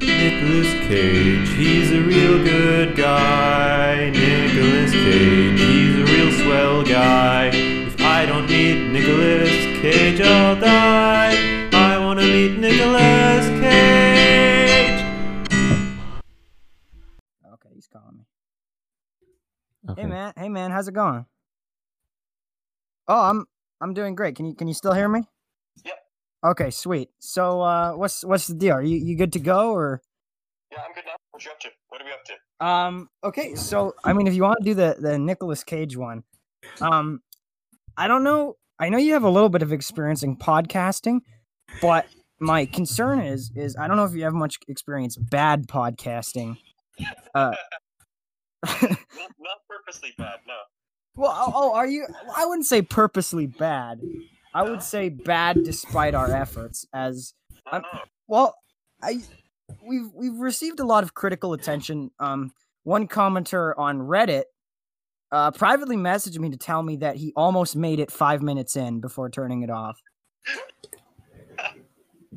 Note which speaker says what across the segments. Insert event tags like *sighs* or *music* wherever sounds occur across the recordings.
Speaker 1: Nicholas Cage, he's a real good guy. Nicholas Cage, he's a real swell guy. If I don't meet Nicholas Cage, I'll die. I wanna meet Nicholas Cage.
Speaker 2: Okay, he's calling me.
Speaker 3: Okay.
Speaker 2: Hey man, hey man, how's it going? Oh, I'm I'm doing great. Can you can you still hear me?
Speaker 4: Yep.
Speaker 2: Okay, sweet. So uh what's what's the deal? Are you, you good to go or
Speaker 4: Yeah, I'm good now. What you up to? What are we up to?
Speaker 2: um okay, so I mean if you want to do the the Nicolas Cage one. Um I don't know. I know you have a little bit of experience in podcasting, but my concern is is I don't know if you have much experience bad podcasting. Uh
Speaker 4: Not, not purposely bad, no.
Speaker 2: Well, oh, oh, are you? I wouldn't say purposely bad. I would say bad despite our efforts. As
Speaker 4: No,
Speaker 2: I'm-
Speaker 4: no.
Speaker 2: well, I we've we've received a lot of critical attention. Um, one commenter on Reddit uh, privately messaged me to tell me that he almost made it five minutes in before turning it off.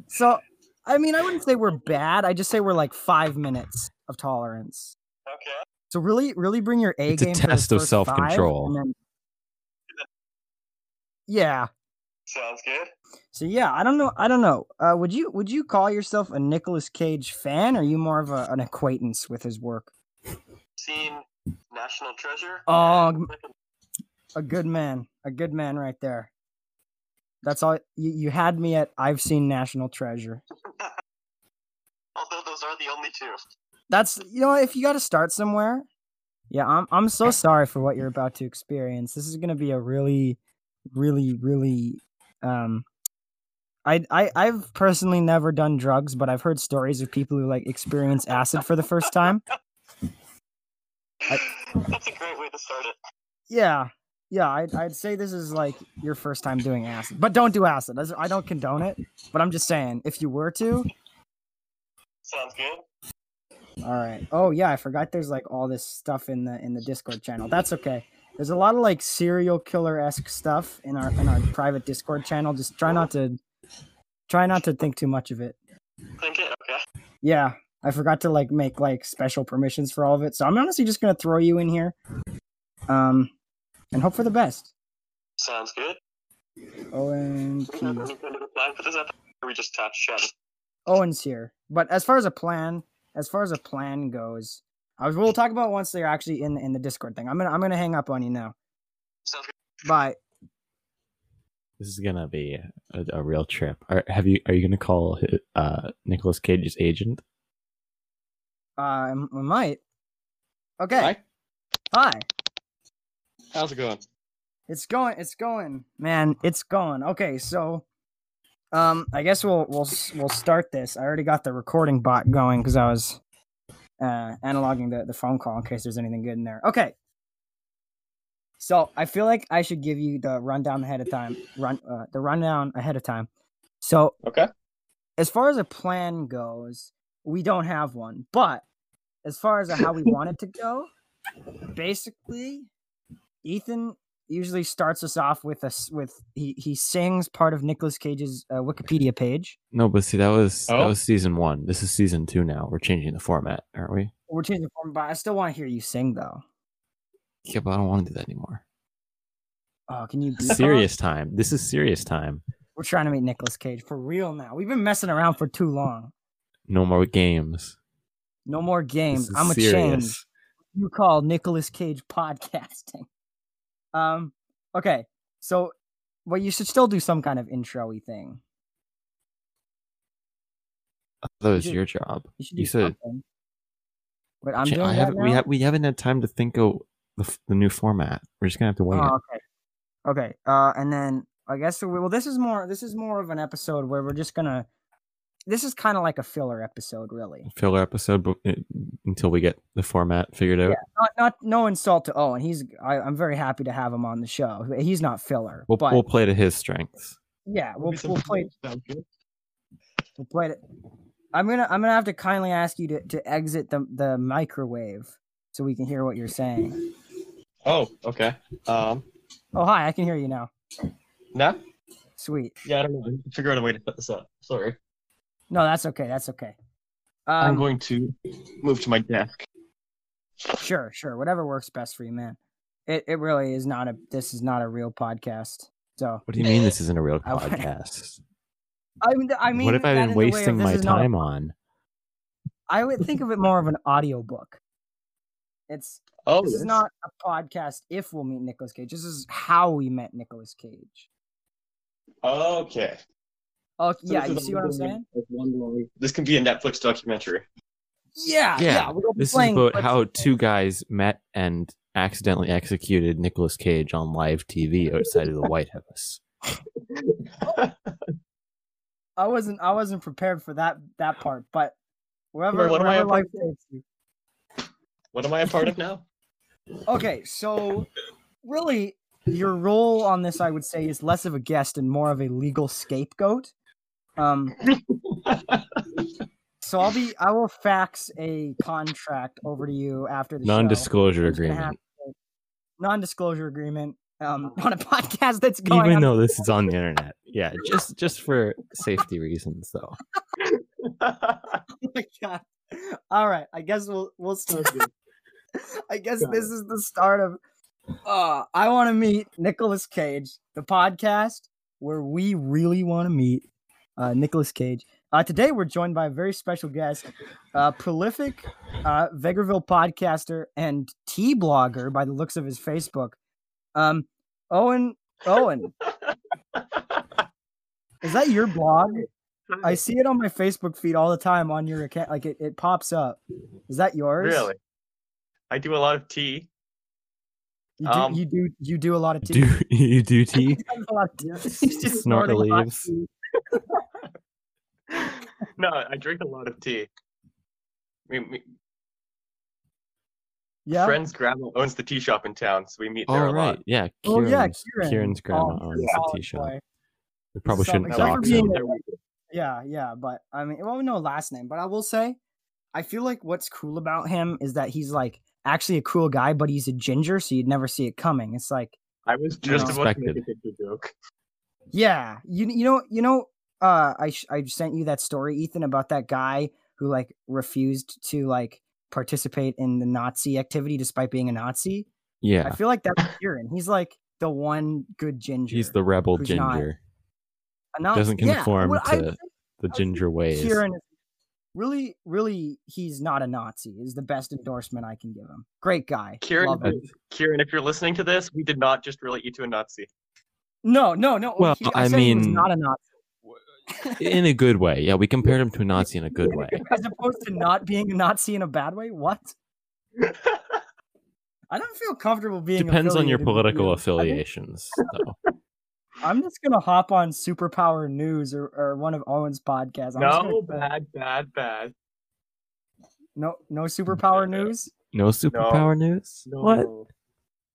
Speaker 2: So, I mean, I wouldn't say we're bad. I just say we're like five minutes of tolerance.
Speaker 4: Okay.
Speaker 2: So really, really bring your A
Speaker 3: It's a
Speaker 2: game. for the
Speaker 3: test of
Speaker 2: first five, and
Speaker 3: self-control.
Speaker 2: then- Yeah.
Speaker 4: Sounds good.
Speaker 2: So yeah, I don't know. I don't know. Uh, would you would you call yourself a Nicolas Cage fan? Or are you more of a, an acquaintance with his work?
Speaker 4: Seen National Treasure.
Speaker 2: Oh, m- a good man, a good man right there. That's all. You, you had me at. I've seen National Treasure.
Speaker 4: Although those are the only two.
Speaker 2: That's you know if you got to start somewhere. Yeah, I'm I'm so sorry for what you're about to experience. This is gonna be a really, really, really. Um, I I I've personally never done drugs, but I've heard stories of people who like experience acid for the first time.
Speaker 4: *laughs* That's a great way to start it.
Speaker 2: Yeah. Yeah, I'd, I'd say this is like your first time doing acid, but don't do acid. That's- I don't condone it, but I'm just saying if you were to,
Speaker 4: Sounds good.
Speaker 2: all right. Oh yeah, I forgot there's like all this stuff in the in the Discord channel. That's okay. There's a lot of like serial killer esque stuff in our in our private Discord channel. Just try not to try not to think too much of it.
Speaker 4: Think it. Okay.
Speaker 2: Yeah, I forgot to like make like special permissions for all of it, so I'm honestly just gonna throw you in here, um, and hope for the best.
Speaker 4: Sounds good.
Speaker 2: OMP.
Speaker 4: Do we have any kind of a plan for this episode? Or we just touch chat.
Speaker 2: Owen's here. But as far as a plan, as far as a plan goes, I was we'll talk about once they're actually in in the Discord thing. I'm gonna I'm gonna hang up on you now.
Speaker 4: Sounds good.
Speaker 2: Bye.
Speaker 3: This is gonna be a, a real trip. Are, have you? Are you gonna call hi- uh, Nicholas Cage's agent?
Speaker 2: Uh, we might. Okay. Hi.
Speaker 5: How's it going?
Speaker 2: It's going. It's going, man. It's going. Okay, so, um, I guess we'll we'll s- we'll start this. I already got the recording bot going because I was uh analoging the the phone call in case there's anything good in there. Okay. So I feel like I should give you the rundown ahead of time. Run uh, the rundown ahead of time. So
Speaker 5: Okay.
Speaker 2: as far as a plan goes, we don't have one. But as far as how we want it to go, basically, Ethan usually starts us off with us with he he sings part of Nicolas Cage's uh, Wikipedia page.
Speaker 3: No, but see, that was that
Speaker 5: Oh.
Speaker 3: was season one. This is season two now. We're changing the format, aren't we?
Speaker 2: We're changing the form, but I still want to hear you sing though.
Speaker 3: Yeah, but I don't want to do that anymore.
Speaker 2: Oh, can you? do that?
Speaker 3: serious time. This is serious time.
Speaker 2: We're trying to meet Nicolas Cage for real now. We've been messing around for too long.
Speaker 3: No more games.
Speaker 2: No more
Speaker 3: This
Speaker 2: games.
Speaker 3: is
Speaker 2: I'm a change.
Speaker 3: serious.
Speaker 2: you call Nicolas Cage podcasting. Um, okay, so well, you should still do some kind of introy thing.
Speaker 3: I thought That was
Speaker 2: should-
Speaker 3: your job.
Speaker 2: You should do
Speaker 3: You said
Speaker 2: something. But I'm
Speaker 3: Ch-
Speaker 2: doing
Speaker 3: I
Speaker 2: that
Speaker 3: haven't. We
Speaker 2: now?
Speaker 3: have. We haven't had time to think of the, f- the new format. We're just gonna have to wait.
Speaker 2: Oh, okay. Okay. Uh, and then I guess we, well, this is more. This is more of an episode where we're just gonna. This is kind of like a filler episode, really.
Speaker 3: Filler episode but, uh, until we get the format figured out.
Speaker 2: Not, not no insult to Owen. He's I, I'm very happy to have him on the show. He's not filler,
Speaker 3: We'll,
Speaker 2: but
Speaker 3: we'll play to his strengths.
Speaker 2: yeah, we'll,
Speaker 5: Maybe some
Speaker 2: we'll play
Speaker 5: football? Sounds good.
Speaker 2: We'll play it. I'm gonna I'm gonna have to kindly ask you to, to exit the the microwave so we can hear what you're saying.
Speaker 5: Oh, okay. Um,
Speaker 2: Oh hi, I can hear you now.
Speaker 5: nah,
Speaker 2: Sweet.
Speaker 5: yeah, I don't know. Figure out a way to set this up. Sorry.
Speaker 2: No, that's okay. That's okay.
Speaker 5: I'm
Speaker 2: Um,
Speaker 5: going to move to my desk.
Speaker 2: sure, sure. Whatever works best for you, man. It it really is not a. This is not a real podcast. So
Speaker 3: What do you mean this isn't a real
Speaker 2: *laughs* I would-
Speaker 3: podcast?
Speaker 2: I mean, I mean,
Speaker 3: what if
Speaker 2: that
Speaker 3: I've
Speaker 2: in
Speaker 3: been
Speaker 2: the way of
Speaker 3: wasting
Speaker 2: this
Speaker 3: my
Speaker 2: is not a
Speaker 3: time on?
Speaker 2: I would think of it more of an audiobook.
Speaker 3: *laughs*
Speaker 2: It's
Speaker 5: Oh,
Speaker 2: this is not a podcast if we'll meet Nicolas Cage. This is how we met Nicolas Cage.
Speaker 5: Okay.
Speaker 2: Oh
Speaker 5: So
Speaker 2: yeah,
Speaker 5: this
Speaker 2: you
Speaker 5: is
Speaker 2: see what I'm
Speaker 5: ongoing
Speaker 2: saying?
Speaker 5: as one long- This can be a
Speaker 2: *laughs*
Speaker 5: Netflix documentary.
Speaker 2: Yeah, yeah.
Speaker 3: Yeah,
Speaker 2: we'll be
Speaker 3: This is
Speaker 2: playing
Speaker 3: about
Speaker 2: clips
Speaker 3: how
Speaker 2: of it.
Speaker 3: two guys met and accidentally executed Nicolas Cage on live TV outside of the White House.
Speaker 2: I wasn't I wasn't prepared for that that part, but wherever,
Speaker 5: Well, what am I
Speaker 2: wherever
Speaker 5: up
Speaker 2: life takes you.
Speaker 5: What am I a part
Speaker 2: *laughs*
Speaker 5: of now?
Speaker 2: Okay, so really your role on this I would say is less of a guest and more of a legal scapegoat. Um So I'll be I will fax a contract over to you after *laughs* the show.
Speaker 3: Non-disclosure
Speaker 2: It's gonna have
Speaker 3: agreement.
Speaker 2: to- Non-disclosure agreement um *laughs* on a podcast that's *laughs* going
Speaker 3: Even
Speaker 2: on-
Speaker 3: though this is on the internet. Yeah, just just for safety reasons
Speaker 2: *laughs*
Speaker 3: though.
Speaker 2: Oh my god. All right, I guess we'll we'll start. I guess
Speaker 5: Got
Speaker 2: this is the start of. Uh, I want to meet Nicolas Cage, the podcast where we really want to meet uh, Nicolas Cage. Uh, today we're joined by a very special guest, uh, prolific uh, Vegreville podcaster and tea blogger by the looks of his Facebook. Um, Owen, Owen, is that your blog? I see it on my Facebook feed all the time on your account. Like it, it pops up. Is that yours?
Speaker 5: really? I do a lot of tea.
Speaker 2: You do,
Speaker 5: Um,
Speaker 2: you do you do a lot of tea. *laughs*
Speaker 3: Do you do tea?
Speaker 2: a lot of tea. He's just
Speaker 3: Snort the
Speaker 2: snorting hot
Speaker 3: leaves.
Speaker 2: tea.
Speaker 5: no, I drink a lot of tea. We, we,
Speaker 2: Yeah.
Speaker 5: Friend's grandma owns the tea shop in town, so we meet
Speaker 3: All
Speaker 5: there
Speaker 3: right,
Speaker 5: a lot.
Speaker 3: Yeah,
Speaker 2: oh yeah,
Speaker 3: Kieran's,
Speaker 2: Kieran.
Speaker 3: Kieran's grandma
Speaker 2: Oh,
Speaker 3: owns
Speaker 2: solid
Speaker 3: the tea shop.
Speaker 2: boy.
Speaker 3: We probably
Speaker 2: Solid-
Speaker 3: shouldn't
Speaker 5: Now,
Speaker 2: Except for
Speaker 3: dox
Speaker 5: we-
Speaker 2: being
Speaker 3: him.
Speaker 2: a- Yeah, yeah, but I mean, well, no last name, but I will say, I feel like what's cool about him is that he's like actually a cool guy, but he's a ginger, so you'd never see it coming. It's like
Speaker 5: I was just
Speaker 3: No.
Speaker 5: about to make a
Speaker 3: Expected.
Speaker 5: picture joke.
Speaker 2: Yeah, you you know you know uh I sh- I sent you that story Ethan about that guy who like refused to like participate in the Nazi activity despite being a Nazi. I
Speaker 3: Yeah,
Speaker 2: feel like that's Kieran. He's like the one good ginger.
Speaker 3: he's the rebel
Speaker 2: who's not
Speaker 3: ginger.
Speaker 2: A Nazi-
Speaker 3: doesn't
Speaker 2: yeah,
Speaker 3: conform
Speaker 2: well, I
Speaker 3: to
Speaker 2: think
Speaker 3: The
Speaker 2: I was
Speaker 3: ginger ways.
Speaker 2: Kieran is- really really he's not a Nazi is the best endorsement I can give him. Great guy.
Speaker 5: Kieran,
Speaker 2: love
Speaker 5: if
Speaker 2: him.
Speaker 5: you- Kieran, if you're listening to this, we did not just really eat you a Nazi. *laughs*
Speaker 2: No, no, no.
Speaker 3: Well,
Speaker 2: he-
Speaker 3: I
Speaker 2: said he was
Speaker 3: mean-
Speaker 2: not a Nazi
Speaker 3: *laughs* in a good way. Yeah, we compared him to a Nazi in a good way.
Speaker 2: as opposed to not being a Nazi in a bad way. What? I don't feel comfortable *laughs* being.
Speaker 3: Depends on your
Speaker 2: affiliated with
Speaker 3: political
Speaker 2: you.
Speaker 3: affiliations.
Speaker 2: *laughs*
Speaker 3: though.
Speaker 2: I'm just gonna hop on Superpower News or, or one of Owen's podcasts. I'm just gonna-
Speaker 5: no, bad, bad, bad.
Speaker 2: no, no Superpower News.
Speaker 3: No superpower news.
Speaker 5: No.
Speaker 3: What?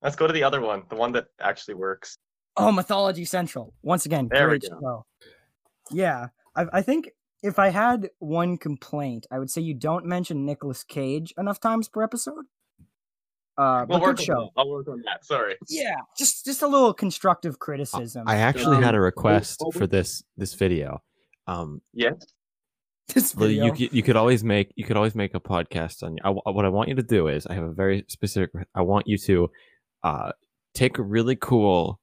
Speaker 5: Let's go to the other one, the one that actually works.
Speaker 2: Oh, Mythology Central once again.
Speaker 5: There we
Speaker 2: great
Speaker 5: go.
Speaker 2: show. Yeah, I, I think if I had one complaint, I would say you don't mention Nicolas Cage enough times per episode. Uh,
Speaker 5: We'll
Speaker 2: but
Speaker 5: work
Speaker 2: good
Speaker 5: on
Speaker 2: show.
Speaker 5: that. I'll work on that. Sorry.
Speaker 2: Yeah, just just a little constructive criticism.
Speaker 3: I actually had a
Speaker 2: Um,
Speaker 3: request
Speaker 5: oh,
Speaker 3: for this this video. Um,
Speaker 5: Yes.
Speaker 2: *laughs* this
Speaker 3: Well,
Speaker 2: video.
Speaker 3: you c- you could always make you could always make a podcast on. I, w- what I want you to do is I have a very specific. I want you to uh, take a really cool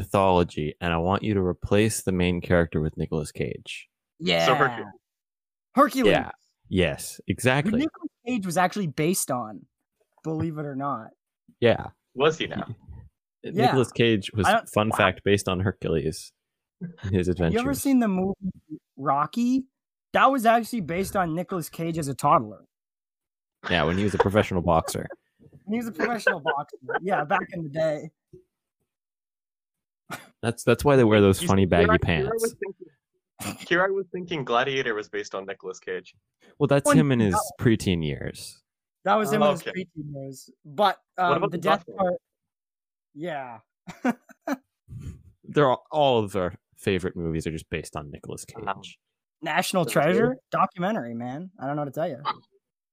Speaker 3: mythology, and I want you to replace the main character with Nicolas Cage.
Speaker 2: yeah,
Speaker 5: So Hercules.
Speaker 2: Hercules.
Speaker 3: Yeah, Yes,
Speaker 2: who
Speaker 3: exactly.
Speaker 2: Nicolas Cage was actually based on, believe it or not.
Speaker 3: Yeah,
Speaker 5: Was he now?
Speaker 2: Yeah.
Speaker 3: Nicolas Cage was
Speaker 2: I don't-
Speaker 3: fun
Speaker 2: wow.
Speaker 3: fact based on Hercules, and his adventures.
Speaker 2: You ever seen the movie Rocky? That was actually based on Nicolas Cage as a toddler.
Speaker 3: *laughs* Yeah, when he was a professional boxer.
Speaker 2: And he was a professional boxer. Yeah, back in the day.
Speaker 3: That's that's why they wear those
Speaker 2: *laughs*
Speaker 5: You see,
Speaker 3: funny
Speaker 5: here I-
Speaker 3: baggy
Speaker 5: here I was
Speaker 3: pants.
Speaker 5: thinking- Here I was thinking Gladiator was based on Nicolas Cage.
Speaker 3: Well, that's
Speaker 2: One-
Speaker 3: him in his preteen years.
Speaker 2: That was him in his
Speaker 5: Okay.
Speaker 2: preteen years. But
Speaker 5: What
Speaker 2: um,
Speaker 5: about
Speaker 2: the
Speaker 5: the
Speaker 2: death
Speaker 5: Buffalo?
Speaker 2: part. Yeah.
Speaker 3: They're all, all of our favorite movies are just based on Nicolas Cage.
Speaker 5: Um,
Speaker 2: National
Speaker 5: Sounds good.
Speaker 2: Treasure documentary, man. I don't know what to tell you.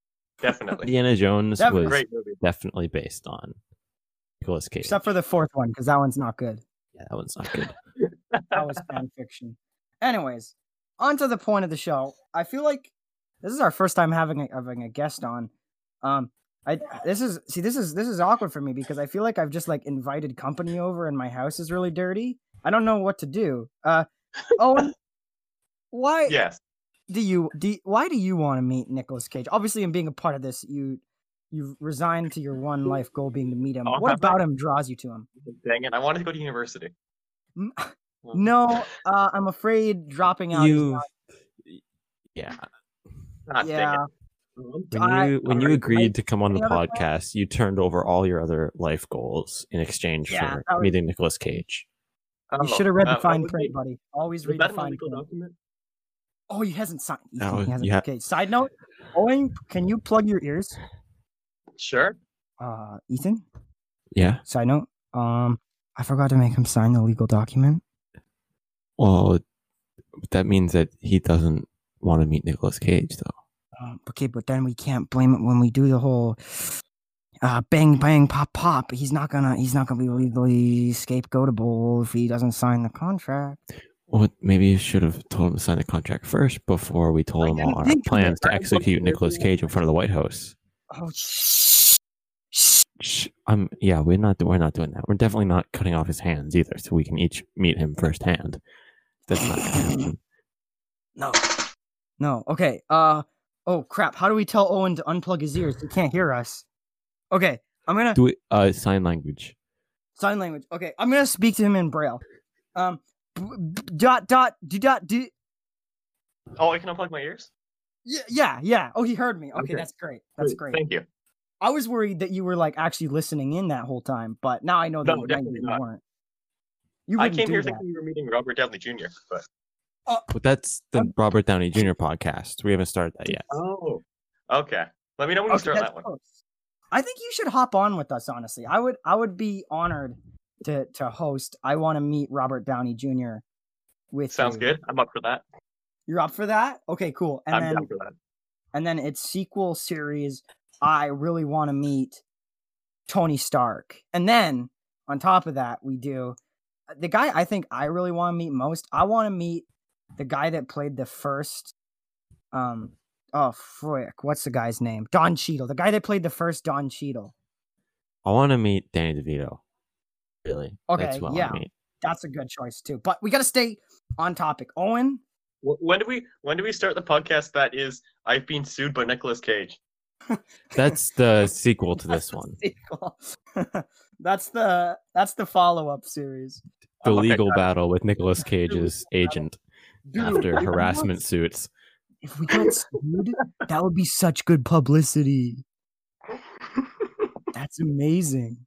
Speaker 3: *laughs*
Speaker 5: Definitely.
Speaker 3: Indiana Jones
Speaker 2: That was
Speaker 3: was
Speaker 5: Great movie.
Speaker 3: definitely based on Nicolas Cage.
Speaker 2: Except for the fourth one, because that one's not good.
Speaker 3: yeah, that one's not
Speaker 2: *laughs*
Speaker 3: good.
Speaker 5: *laughs*
Speaker 2: That was fan fiction. Anyways, on to the point of the show. I feel like This is our first time having a, having a guest on. Um, I this is see this is this is awkward for me because I feel like I've just like invited company over and my house is really dirty. I don't know what to do. Uh,
Speaker 5: *laughs*
Speaker 2: Owen, why
Speaker 5: Yes.
Speaker 2: do you do? you- Why do you want to meet Nicolas Cage? Obviously, in being a part of this, you you've resigned to your one life goal being to meet him.
Speaker 5: I'll
Speaker 2: What
Speaker 5: have Oh, my-
Speaker 2: about him draws you to him?
Speaker 5: Dang it. I wanted to go to university.
Speaker 2: N-
Speaker 5: *laughs* Well,
Speaker 2: No, uh, I'm afraid dropping out. is
Speaker 3: you
Speaker 2: not-
Speaker 3: yeah
Speaker 5: ah,
Speaker 2: yeah.
Speaker 5: dang Um, it.
Speaker 3: when
Speaker 2: I-
Speaker 3: you when you
Speaker 2: alright,
Speaker 3: agreed to come on the
Speaker 2: any other
Speaker 3: podcast you turned over all your other life goals in exchange
Speaker 2: Yeah,
Speaker 3: for
Speaker 2: that was-
Speaker 3: meeting nicolas cage
Speaker 5: Oh,
Speaker 2: You should have read
Speaker 5: uh,
Speaker 2: the
Speaker 5: what
Speaker 2: fine
Speaker 5: was
Speaker 2: print,
Speaker 5: it?
Speaker 2: buddy. Always
Speaker 5: Was
Speaker 2: read
Speaker 5: that
Speaker 2: the
Speaker 5: an
Speaker 2: fine
Speaker 5: illegal
Speaker 2: print.
Speaker 5: document?
Speaker 2: Oh, he hasn't signed. you
Speaker 3: No,
Speaker 2: think he hasn't.
Speaker 3: you ha-
Speaker 2: okay. Side note, Owen, can you plug your ears?
Speaker 5: Sure.
Speaker 2: Uh, Ethan.
Speaker 3: yeah
Speaker 2: Side note, um, I forgot to make him sign the legal document.
Speaker 3: well that means that he doesn't want to meet nicolas cage though
Speaker 2: Um, okay, but then we can't blame it when we do the whole uh, bang bang pop pop. He's not gonna. He's not gonna be legally scapegoatable if he doesn't sign the contract.
Speaker 3: well maybe you should have told him to sign the contract first before we told
Speaker 2: I
Speaker 3: him
Speaker 2: didn't
Speaker 3: all our
Speaker 2: think of it.
Speaker 3: plans to
Speaker 5: I was
Speaker 3: execute
Speaker 5: looking
Speaker 3: nicolas
Speaker 5: for-
Speaker 3: cage in front of the white house
Speaker 2: Oh, shh. shh.
Speaker 3: Shh, um yeah we're not we're not doing that we're definitely not cutting off his hands either so we can each meet him firsthand that's not gonna happen
Speaker 2: *laughs* No. No. Okay. Uh. Oh crap! How do we tell Owen to unplug his ears? He can't hear us. Okay. I'm gonna
Speaker 3: do it uh sign language
Speaker 2: sign language. Okay. I'm gonna speak to him in braille. Um. b- b- Dot dot do dot do.
Speaker 5: Oh, I can unplug my ears?
Speaker 2: Yeah. Yeah. Yeah. Oh, he heard me. Okay.
Speaker 5: Okay.
Speaker 2: That's great. That's great.
Speaker 5: Thank you.
Speaker 2: I was worried that you were like actually listening in that whole time, but now I know that you, now
Speaker 5: No,
Speaker 2: you
Speaker 5: definitely
Speaker 2: really
Speaker 5: not.
Speaker 2: weren't. You
Speaker 5: I
Speaker 2: wouldn't
Speaker 5: came
Speaker 2: do
Speaker 5: here
Speaker 2: that.
Speaker 5: thinking you were meeting Robert Downey Jr., but.
Speaker 3: But that's the
Speaker 2: Um,
Speaker 3: Robert Downey Jr. podcast. We haven't started that yet.
Speaker 5: Oh. Okay. Let me know when you
Speaker 2: Okay,
Speaker 5: start
Speaker 2: that's
Speaker 5: that one.
Speaker 2: close. I think you should hop on with us. Honestly, I would. I would be honored to to host. I want to meet Robert Downey Jr. With
Speaker 5: Sounds
Speaker 2: you.
Speaker 5: good. I'm up for that.
Speaker 2: You're up for that? Okay, cool. And
Speaker 5: I'm
Speaker 2: then
Speaker 5: down for that.
Speaker 2: and then its sequel series. I really want to meet Tony Stark. And then on top of that, we do uh, the guy I think I really want to meet most. I want to meet the guy that played the first. Um. Oh frick! What's the guy's name? Don Cheadle. The guy that played the first Don Cheadle.
Speaker 3: I want to meet Danny DeVito. Really? That's
Speaker 2: Okay,
Speaker 3: who I
Speaker 2: yeah.
Speaker 3: want to meet.
Speaker 2: That's a good choice too. But we got to stay on topic. Owen,
Speaker 5: Wh- When do we when do we start the podcast that is I've been sued by
Speaker 2: *laughs*
Speaker 5: Nicolas Cage?
Speaker 3: That's the sequel to this
Speaker 2: that's the *laughs*
Speaker 3: one.
Speaker 2: sequel. *laughs* that's the that's the follow up series.
Speaker 3: The
Speaker 5: I'm okay,
Speaker 3: legal
Speaker 5: got
Speaker 3: battle with Nicolas
Speaker 2: *laughs*
Speaker 3: Cage's agent
Speaker 2: Dude,
Speaker 3: after
Speaker 2: *laughs* if we got-
Speaker 3: harassment suits.
Speaker 2: If we got sued, that would be such good publicity. That's amazing.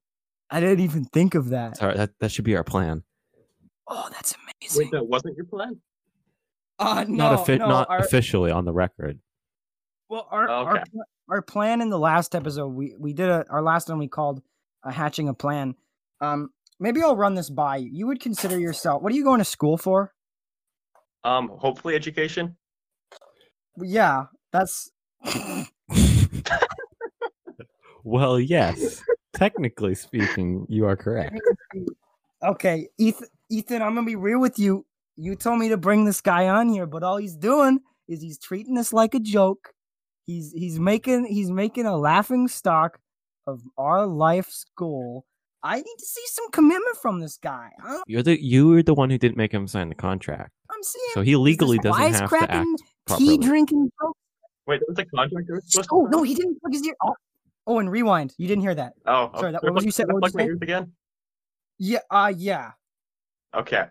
Speaker 2: I didn't even think of that.
Speaker 3: Sorry, that, that should be our plan.
Speaker 2: Oh, that's
Speaker 5: it. Wait,
Speaker 2: amazing.
Speaker 5: that wasn't your plan?
Speaker 2: Uh, no,
Speaker 3: not offi-
Speaker 2: no,
Speaker 3: not
Speaker 2: our,
Speaker 3: officially on the record.
Speaker 2: well, our, our,
Speaker 5: Okay.
Speaker 2: pl- our plan in the last episode, we, we did a, our last one we called uh, Hatching a Plan. Um, maybe I'll run this by you. You would consider yourself, what are you going to school for?
Speaker 5: Um, hopefully education.
Speaker 2: Well, Yeah, that's, *laughs*
Speaker 3: well,
Speaker 2: *laughs*
Speaker 3: yes. Technically speaking, you are correct.
Speaker 2: okay. Ethan, Ethan, I'm going to be real with you. You told me to bring this guy on here, but all he's doing is he's treating this like a joke. He's he's making he's making a laughing stock of our life's goal. I need to see some commitment from this guy. I-
Speaker 3: You're the you were the one who didn't make him sign the contract.
Speaker 2: I'm seeing
Speaker 3: So he legally
Speaker 2: this
Speaker 3: doesn't have to act
Speaker 2: wisecracking,
Speaker 3: properly.
Speaker 2: tea drinking joke.
Speaker 5: Wait, that was a contract we were supposed to
Speaker 2: Oh
Speaker 5: sign?
Speaker 2: no, he didn't plug his ear. Oh, oh, and rewind. You didn't hear that.
Speaker 5: Oh,
Speaker 2: Sorry,
Speaker 5: okay.
Speaker 2: that-
Speaker 5: Can I
Speaker 2: what was
Speaker 5: plug-
Speaker 2: you say-
Speaker 5: can I
Speaker 2: what was
Speaker 5: plug my
Speaker 2: you
Speaker 5: ears again?
Speaker 2: Yeah, uh yeah.
Speaker 5: Okay.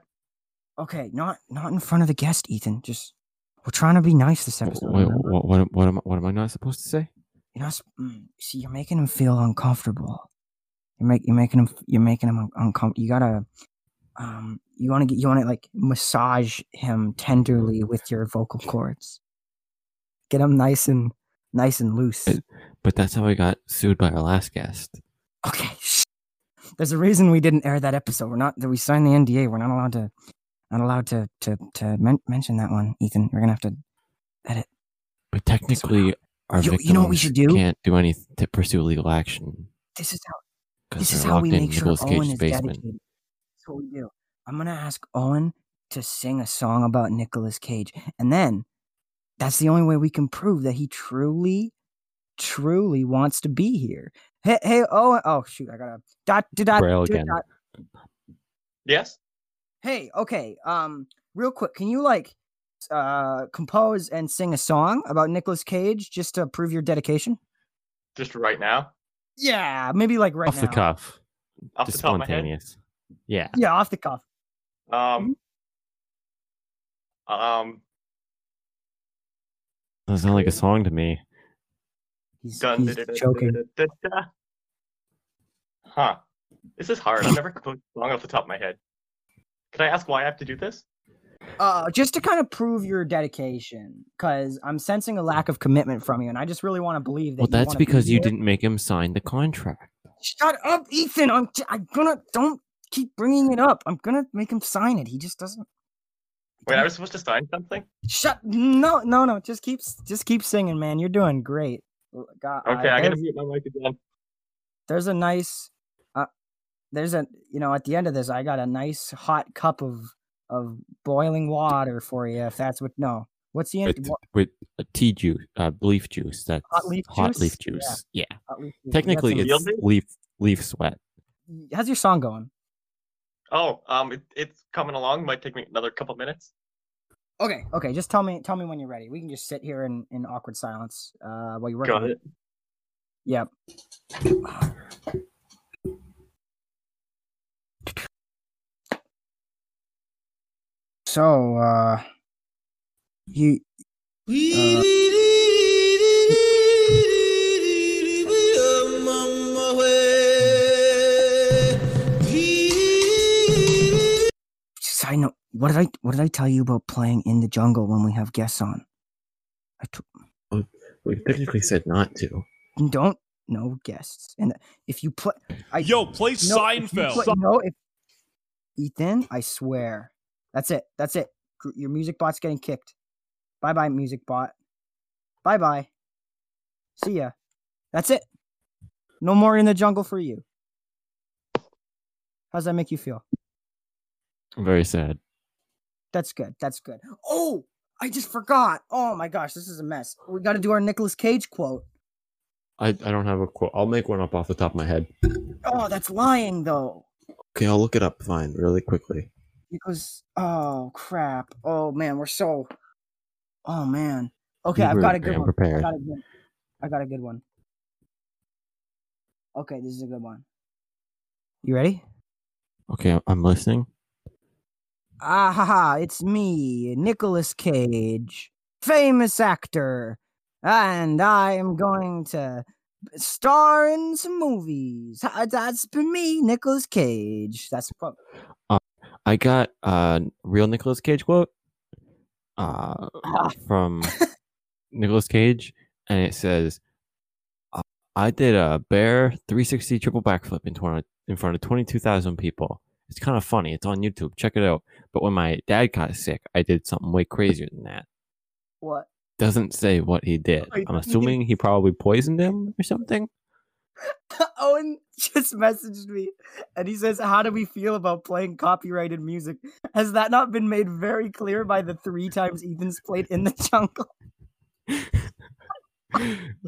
Speaker 2: Okay, not not in front of the guest, Ethan. Just we're trying to be nice this
Speaker 3: Wh-
Speaker 2: episode.
Speaker 3: wh-
Speaker 2: remember?
Speaker 3: wh- what, am- what am I- what am I not supposed to say?
Speaker 2: You're not. sp- mm, See, you're making him feel uncomfortable. You make you're making him f- you're making him uncomfortable. You gotta, um, you want to get you want to like massage him tenderly with your vocal cords. Get him nice and nice and loose.
Speaker 3: Uh, But that's how I got sued by our last guest.
Speaker 2: Okay. *laughs* shh. There's a reason we didn't air that episode. We're not. We signed the NDA. We're not allowed to. Not allowed to to to men- mention that one, Ethan. We're gonna have to.
Speaker 3: But technically, our
Speaker 2: You-
Speaker 3: victims
Speaker 2: you know what we should do?
Speaker 3: can't do any to pursue legal action
Speaker 2: This is how.
Speaker 3: because
Speaker 2: This
Speaker 3: they're
Speaker 2: is how
Speaker 3: locked
Speaker 2: we
Speaker 3: in
Speaker 2: make sure
Speaker 3: Nicolas
Speaker 2: Owen
Speaker 3: Cage's
Speaker 2: is
Speaker 3: basement.
Speaker 2: dedicated. That's what we do. I'm gonna ask Owen to sing a song about Nicolas Cage, and then That's the only way we can prove that he truly, truly wants to be here. Hey, hey, oh, oh, shoot, I gotta dot, dot, dot,
Speaker 3: Braille
Speaker 2: dot,
Speaker 3: again.
Speaker 2: dot.
Speaker 5: Yes.
Speaker 2: Hey, okay, um, real quick, can you like s- uh compose and sing a song about Nicolas Cage just to prove your dedication?
Speaker 5: Just right now.
Speaker 2: Yeah, maybe like right
Speaker 3: off
Speaker 2: now.
Speaker 3: the cuff,
Speaker 5: Off
Speaker 3: just
Speaker 5: the top of my head.
Speaker 3: spontaneous. Yeah.
Speaker 2: Yeah, off the cuff.
Speaker 5: Um.
Speaker 2: Hmm?
Speaker 5: Um.
Speaker 3: Doesn't sound like a song to me.
Speaker 2: He's,
Speaker 5: Dun,
Speaker 2: he's
Speaker 5: da, da, da,
Speaker 2: joking.
Speaker 5: da, da, da, da. Huh. This is hard. I've never composed a song off the top of my head. Can I ask why I have to do this?
Speaker 2: Uh, just to kind of prove your dedication, because I'm sensing a lack of commitment from you, and I just really want to believe that.
Speaker 3: Well,
Speaker 2: you
Speaker 3: that's
Speaker 2: wanna be
Speaker 3: because you
Speaker 2: here.
Speaker 3: didn't make him sign the contract.
Speaker 2: Shut up, Ethan. I'm. j- I'm gonna. Don't keep bringing it up. I'm gonna make him sign it. He just doesn't.
Speaker 5: Wait, I was supposed to sign something?
Speaker 2: Shut. No, no, no. Just keep. s- Just keep singing, man. You're doing great. L- God,
Speaker 5: Okay, I gotta
Speaker 2: there's,
Speaker 5: mute my mic again.
Speaker 2: there's a nice. Uh, there's a. You know, at the end of this, I got a nice hot cup of of boiling water for you. If that's what. No. What's the end?
Speaker 3: With,
Speaker 2: what-
Speaker 3: with a tea juice, uh, leaf juice. That's
Speaker 2: leaf
Speaker 3: hot
Speaker 2: juice?
Speaker 3: leaf
Speaker 2: Yeah.
Speaker 3: juice. Yeah.
Speaker 2: what we- we got
Speaker 3: Technically,
Speaker 2: some-
Speaker 5: Real
Speaker 3: it's
Speaker 5: juice?
Speaker 3: leaf leaf sweat.
Speaker 2: how's your song going?
Speaker 5: Oh, um, it, it's coming along. Might take me another couple minutes.
Speaker 2: Okay, okay. Just tell me, tell me when you're ready. We can just sit here in, in awkward silence uh, while you work.
Speaker 5: Got
Speaker 2: on
Speaker 5: it.
Speaker 2: Yep. So, uh, you uh, side note, what did I what did I tell you about playing in the jungle when we have guests on? I t-
Speaker 3: We've technically said not to.
Speaker 2: don't know guests, and if you play, I
Speaker 6: Yo, play
Speaker 2: No, if you
Speaker 6: Seinfeld.
Speaker 2: put- no, if- Ethan, I swear. That's it. That's it. Gr- Your music bot's getting kicked. Bye bye, music bot. Bye bye. See ya. That's it. No more in the jungle for you. How's that make you feel?
Speaker 3: Very sad.
Speaker 2: That's good. That's good. Oh, I just forgot. Oh my gosh, this is a mess. We got to do our Nicolas Cage quote.
Speaker 3: I, I don't have a quote. I'll make one up off the top of my head.
Speaker 2: Oh, that's lying though.
Speaker 3: Okay, I'll look it up. Fine, really quickly.
Speaker 2: Because oh crap. Oh man, we're so Oh man. Okay,
Speaker 3: You
Speaker 2: I've
Speaker 3: were
Speaker 2: got a good one. I
Speaker 3: unprepared.
Speaker 2: got a good, I got a good one. Okay, this is a good one. You ready?
Speaker 3: Okay, I'm listening.
Speaker 2: Ah ha ha, it's me, Nicolas Cage, famous actor. And I'm going to star in some movies. Ha, That's been me, Nicolas Cage. That's the quote.
Speaker 3: I got a uh, real Nicolas Cage quote uh, from Nicolas Cage, and it says, "I- "I did a bear 360 triple backflip in, twen- in front of 22,000 people. It's kind of funny. It's on YouTube. Check it out." But when my dad got sick, I did something way crazier than that.
Speaker 2: *sighs* What?
Speaker 3: Doesn't say what he did.
Speaker 5: Oh, he
Speaker 3: I'm
Speaker 5: didn't.
Speaker 3: assuming he probably poisoned him or something.
Speaker 5: *laughs*
Speaker 2: *laughs* Owen just messaged me and he says, How do we feel about playing copyrighted music? Has that not been made very clear by the three times Ethan's played in the *laughs* jungle?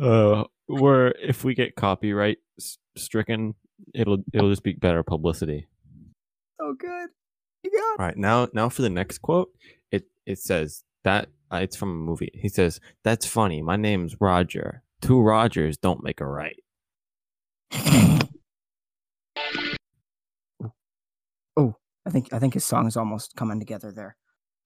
Speaker 3: uh, where if we get copyright s- stricken, it'll it'll just be better publicity.
Speaker 2: So good. You got
Speaker 3: All right, now now for the next quote. It it says that uh, it's from a movie. He says, "That's funny. My name's Roger. Two Rogers don't make a right."
Speaker 2: *sighs* Oh, I think I think his song is almost coming together there.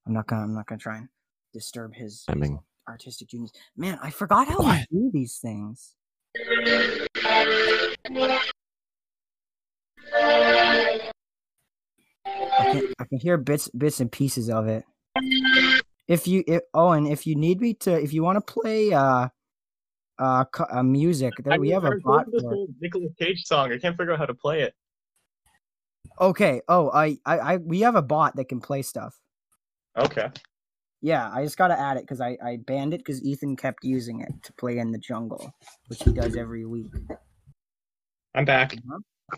Speaker 2: I'm not gonna I'm not gonna try and disturb his,
Speaker 3: I
Speaker 2: his
Speaker 3: mean-
Speaker 2: artistic genius. Man, I forgot how to
Speaker 3: Quiet.
Speaker 2: do these things. I can, I can hear bits bits and pieces of it. If you if, Owen, if you need me to, if you want to play uh uh, co- uh music,
Speaker 5: I
Speaker 2: that we
Speaker 5: mean,
Speaker 2: have
Speaker 5: I
Speaker 2: a
Speaker 5: was
Speaker 2: bot
Speaker 5: listening to this
Speaker 2: for. it.
Speaker 5: whole Nicolas Cage song. I can't figure out how to play it.
Speaker 2: Okay. Oh, I, I I we have a bot that can play stuff.
Speaker 5: Okay.
Speaker 2: Yeah, I just gotta add it because I, I banned it because Ethan kept using it to play in the jungle, which he does every week.
Speaker 5: I'm back.
Speaker 2: Mhm.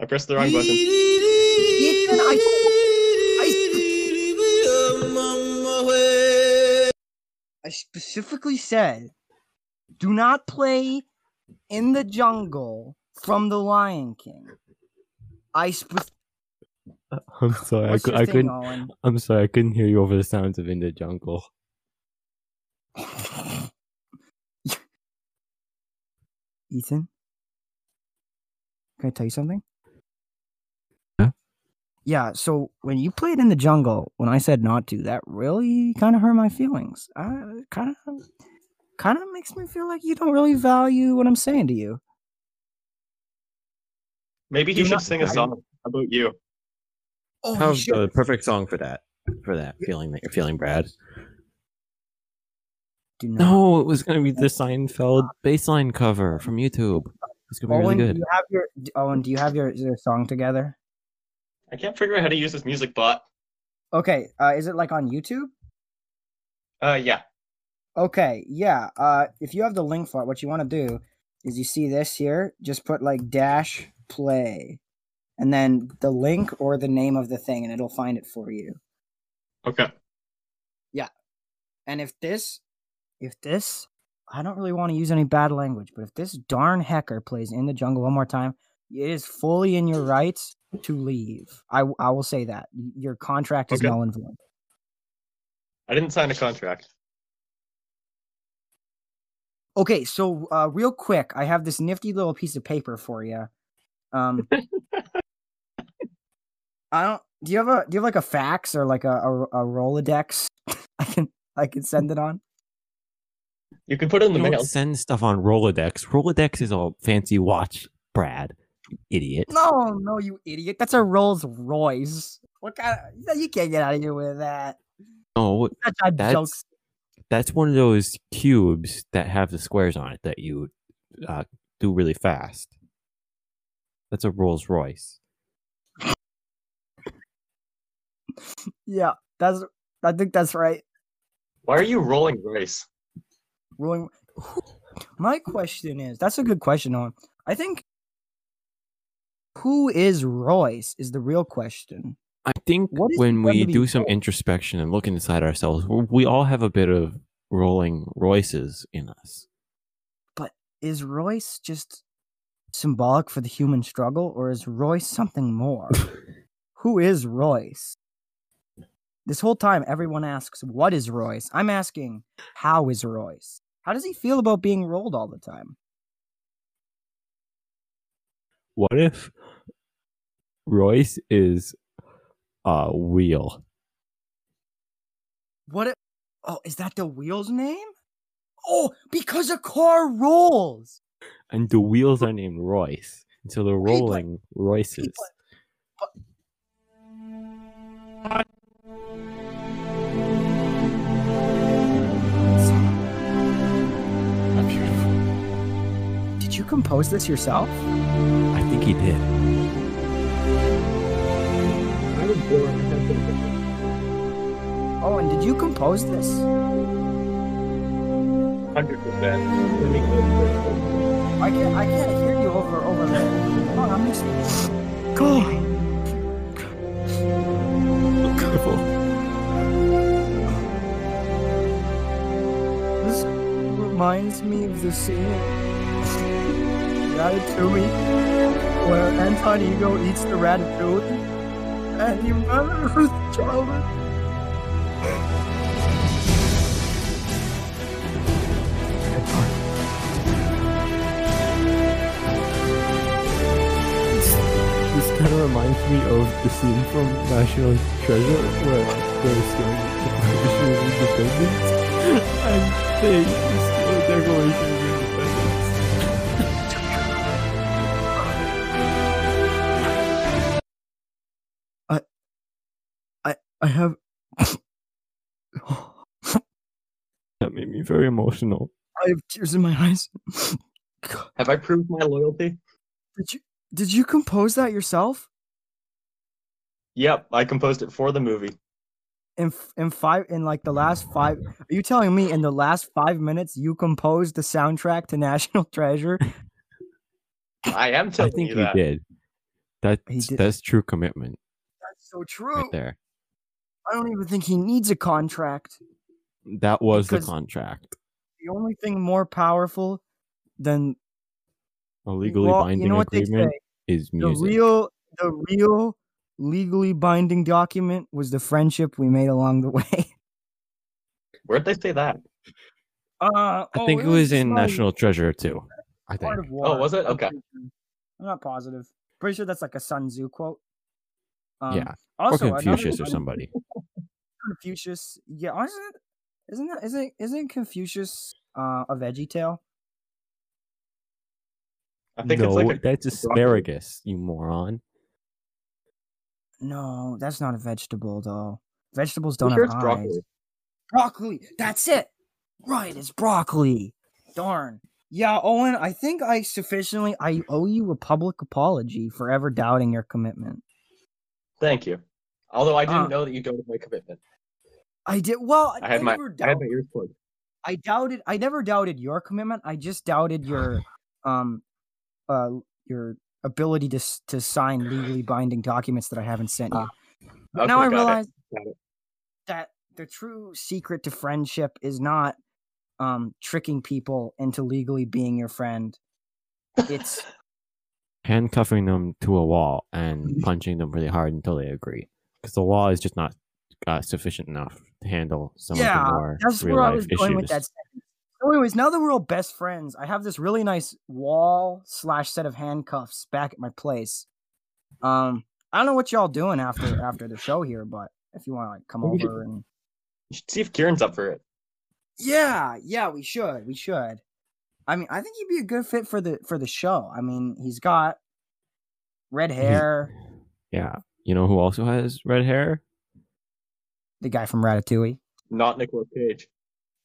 Speaker 5: I pressed the wrong button.
Speaker 2: Ethan, I, I- I specifically said, do not play in the jungle from The Lion King. I spe-
Speaker 3: *laughs* I'm sorry. I,
Speaker 2: What's
Speaker 3: cou-
Speaker 2: your
Speaker 3: I
Speaker 2: thing,
Speaker 3: couldn't.
Speaker 2: Owen?
Speaker 3: I'm sorry. I couldn't hear you over the sounds of in the jungle.
Speaker 2: *laughs* Ethan, can I tell you something?
Speaker 3: Yeah?
Speaker 2: Yeah. So when you played in the jungle, when I said not to, that really kind of hurt my feelings. Kind of, kind of makes me feel like you don't really value what I'm saying to you.
Speaker 5: Maybe he
Speaker 2: Do
Speaker 5: should
Speaker 2: not-
Speaker 5: sing a
Speaker 2: I-
Speaker 5: song about you.
Speaker 2: Oh,
Speaker 3: How's the perfect song for that? For that feeling that you're feeling, Brad.
Speaker 2: Do not.
Speaker 3: No, it was gonna be the Seinfeld baseline cover from YouTube. It's gonna be
Speaker 2: Owen,
Speaker 3: really
Speaker 2: do
Speaker 3: good.
Speaker 2: you have your d- Owen? Do you have your, your song together?
Speaker 5: I can't figure out how to use this music bot.
Speaker 2: Okay, uh, is it like on YouTube?
Speaker 5: Uh, yeah.
Speaker 2: Okay, yeah. Uh, if you have the link for it, what you want to do is you see this here, just put like dash play, and then the link or the name of the thing, and it'll find it for you.
Speaker 5: Okay.
Speaker 2: And if this, if this, I don't really want to use any bad language, but if this darn hacker plays in the jungle one more time, it is fully in your rights to leave. I w- I will say that Y- your contract is
Speaker 5: Okay.
Speaker 2: null and void.
Speaker 5: I didn't sign a contract.
Speaker 2: Okay, so uh, real quick, I have this nifty little piece of paper for you. Um, I don't. Do you have a Do you have like a fax or like a a, a Rolodex? *laughs* I can I can send it on.
Speaker 5: You can put it in the
Speaker 3: You don't
Speaker 5: mail.
Speaker 3: send stuff on Rolodex. Rolodex is a fancy watch, Brad. you Idiot.
Speaker 2: No, no, you idiot! That's a Rolls Royce. What kind of? You can't get out of here with that.
Speaker 3: No,
Speaker 2: Such a
Speaker 3: That's-
Speaker 2: joke.
Speaker 3: that's one of those cubes that have the squares on it that you uh, do really fast. That's a Rolls Royce.
Speaker 2: Yeah, that's. I think that's right.
Speaker 5: Why are you rolling rice?
Speaker 2: Rolling. Who- My question is, that's a good question, Owen. I think who is Royce is the real question.
Speaker 3: I think
Speaker 2: What is
Speaker 3: when
Speaker 2: he going
Speaker 3: we
Speaker 2: to be
Speaker 3: do some
Speaker 2: called?
Speaker 3: introspection and look inside ourselves, w- we all have a bit of rolling Royces in us.
Speaker 2: Is Royce just symbolic for the human struggle, or is Royce something more? who is Royce? This whole time, everyone asks, "What is Royce?" I'm asking, "How is Royce? How does he feel about being rolled all the time?"
Speaker 3: What if Royce is a wheel?
Speaker 2: What? It, oh, is that the wheel's name? Oh, because a car rolls.
Speaker 3: And the wheels are named Royce. And so they're
Speaker 2: Hey, but-
Speaker 3: rolling Royces.
Speaker 2: Did you compose this yourself?
Speaker 3: I think he did.
Speaker 2: Oh, and did you compose this?
Speaker 5: 100%.
Speaker 2: I can't. I can't hear you over over there. Hold on, I'm just. God. This reminds me of the scene in Ratatouille where Anton Ego eats the ratatouille, and you remember who's childhood.
Speaker 6: This kind of reminds me of the scene from National Treasure where they're
Speaker 3: *laughs*
Speaker 6: stealing the decorations of independence, and they steal the decoration of independence.
Speaker 2: I have. *gasps*
Speaker 3: That made me very emotional.
Speaker 2: I have tears in my eyes. *laughs*
Speaker 5: Have I proved my loyalty?
Speaker 2: Did you did you compose that yourself?
Speaker 5: Yep, I composed it for the movie.
Speaker 2: In f- in five in like the last five? Are you telling me in the last five minutes you composed the soundtrack to *laughs*
Speaker 3: *laughs*
Speaker 2: National Treasure?
Speaker 5: I am
Speaker 3: I
Speaker 5: telling
Speaker 3: think
Speaker 5: you
Speaker 3: he
Speaker 5: that.
Speaker 3: did. That's
Speaker 2: did.
Speaker 3: that's true commitment
Speaker 2: That's so true.
Speaker 3: right there.
Speaker 2: I don't even think he needs a contract.
Speaker 3: That was
Speaker 2: Because-
Speaker 3: the contract.
Speaker 2: The only thing more powerful than
Speaker 3: A legally
Speaker 2: law-
Speaker 3: binding
Speaker 2: you know what they
Speaker 3: agreement
Speaker 2: say,
Speaker 3: is
Speaker 2: the
Speaker 3: music.
Speaker 2: real the real legally binding document was the friendship we made along the *laughs* way.
Speaker 5: Where'd they say that?
Speaker 2: Uh,
Speaker 3: I
Speaker 2: oh,
Speaker 3: think it was
Speaker 2: this
Speaker 3: in
Speaker 2: one
Speaker 3: National Treasure too. I think.
Speaker 2: Art of War.
Speaker 5: Oh, was it?
Speaker 2: I'm
Speaker 5: Okay.
Speaker 2: pretty sure. I'm not positive. Pretty sure that's like a Sun Tzu quote. Um,
Speaker 3: yeah, or
Speaker 2: Also, another
Speaker 3: Confucius or
Speaker 2: one-
Speaker 3: somebody.
Speaker 2: Confucius. Yeah, honestly, isn't that isn't isn't Confucius uh, a Veggie Tale?
Speaker 5: I think
Speaker 3: no,
Speaker 5: it's like a, *laughs*
Speaker 3: that's
Speaker 5: broccoli.
Speaker 3: asparagus, you moron.
Speaker 2: No, that's not a vegetable though. Vegetables
Speaker 5: I'm
Speaker 2: don't
Speaker 5: sure
Speaker 2: have
Speaker 5: it's
Speaker 2: eyes.
Speaker 5: broccoli.
Speaker 2: Broccoli. That's it. Right, it's broccoli. Darn. Yeah, Owen. I think I sufficiently I owe you a public apology for ever doubting your commitment.
Speaker 5: Thank you. Although I didn't
Speaker 2: Uh,
Speaker 5: know that you doubted my commitment.
Speaker 2: I did well.
Speaker 5: I had my
Speaker 2: never
Speaker 5: I had
Speaker 2: doubt-
Speaker 5: my ears plugged.
Speaker 2: I doubted I never doubted your commitment. I just doubted
Speaker 5: *laughs*
Speaker 2: your um uh your ability to s- to sign legally binding documents that I haven't sent you. But now
Speaker 5: Ah, Okay,
Speaker 2: I
Speaker 5: got it.
Speaker 2: realize
Speaker 5: Got it.
Speaker 2: that the true secret to friendship is not um tricking people into legally being your friend. It's
Speaker 3: Handcuffing them to a wall and punching them really hard until they agree, because the law is just not uh, sufficient enough to handle some of
Speaker 2: Yeah,
Speaker 3: the more
Speaker 2: That's
Speaker 3: real
Speaker 2: where I
Speaker 3: life
Speaker 2: was
Speaker 3: issues.
Speaker 2: going with that. sentence. So, anyways, now that we're all best friends, I have this really nice wall slash set of handcuffs back at my place. Um, I don't know what y'all doing after after the show here, but if you want to like come
Speaker 5: We should-
Speaker 2: over and
Speaker 5: You should see if Kieran's up for it.
Speaker 2: yeah, yeah, we should, we should. I mean, I think he'd be a good fit for the for the show. I mean, he's got red hair,
Speaker 3: Yeah, you know who also has red hair?
Speaker 2: the guy from Ratatouille,
Speaker 5: Not Nicolas Cage.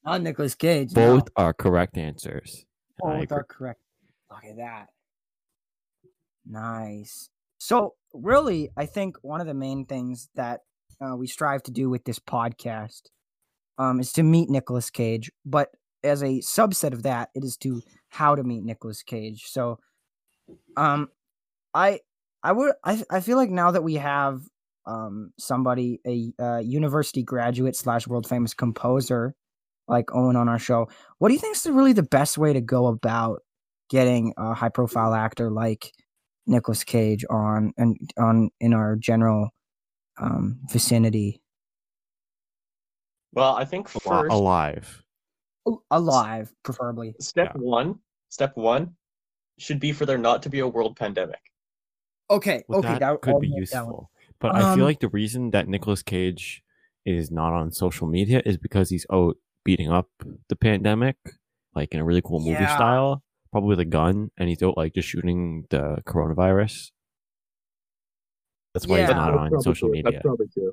Speaker 2: not Nicolas Cage. no.
Speaker 3: Both are correct answers. and I
Speaker 2: Both
Speaker 3: agree.
Speaker 2: are correct. Look at that. Nice. So, really, I think one of the main things that uh, we strive to do with this podcast um, is to meet Nicolas Cage, but as a subset of that, it is to how to meet Nicolas Cage. So, um, I, I would, I, I feel like now that we have um somebody a uh, university graduate slash world famous composer like Owen on our show, what do you think is really the best way to go about getting a high profile actor like Nicolas Cage on and on in our general um, vicinity
Speaker 5: Well, I think
Speaker 3: Al-
Speaker 5: first
Speaker 3: alive.
Speaker 2: Oh, alive preferably
Speaker 5: step
Speaker 3: Yeah.
Speaker 5: one, step one should be for there not to be a world pandemic.
Speaker 2: okay
Speaker 3: Well,
Speaker 2: okay
Speaker 3: that,
Speaker 2: that
Speaker 3: could
Speaker 2: I'll
Speaker 3: be
Speaker 2: note that one.
Speaker 3: useful. But I
Speaker 2: Um,
Speaker 3: feel like the reason that Nicolas Cage is not on social media is because he's out beating up the pandemic, like in a really cool movie
Speaker 2: Yeah.
Speaker 3: style, probably with a gun, and he's out like just shooting the coronavirus. That's why he's
Speaker 2: Yeah.
Speaker 3: not
Speaker 5: That's
Speaker 3: on
Speaker 5: probably
Speaker 3: social
Speaker 5: true.
Speaker 3: media.
Speaker 5: That's probably true.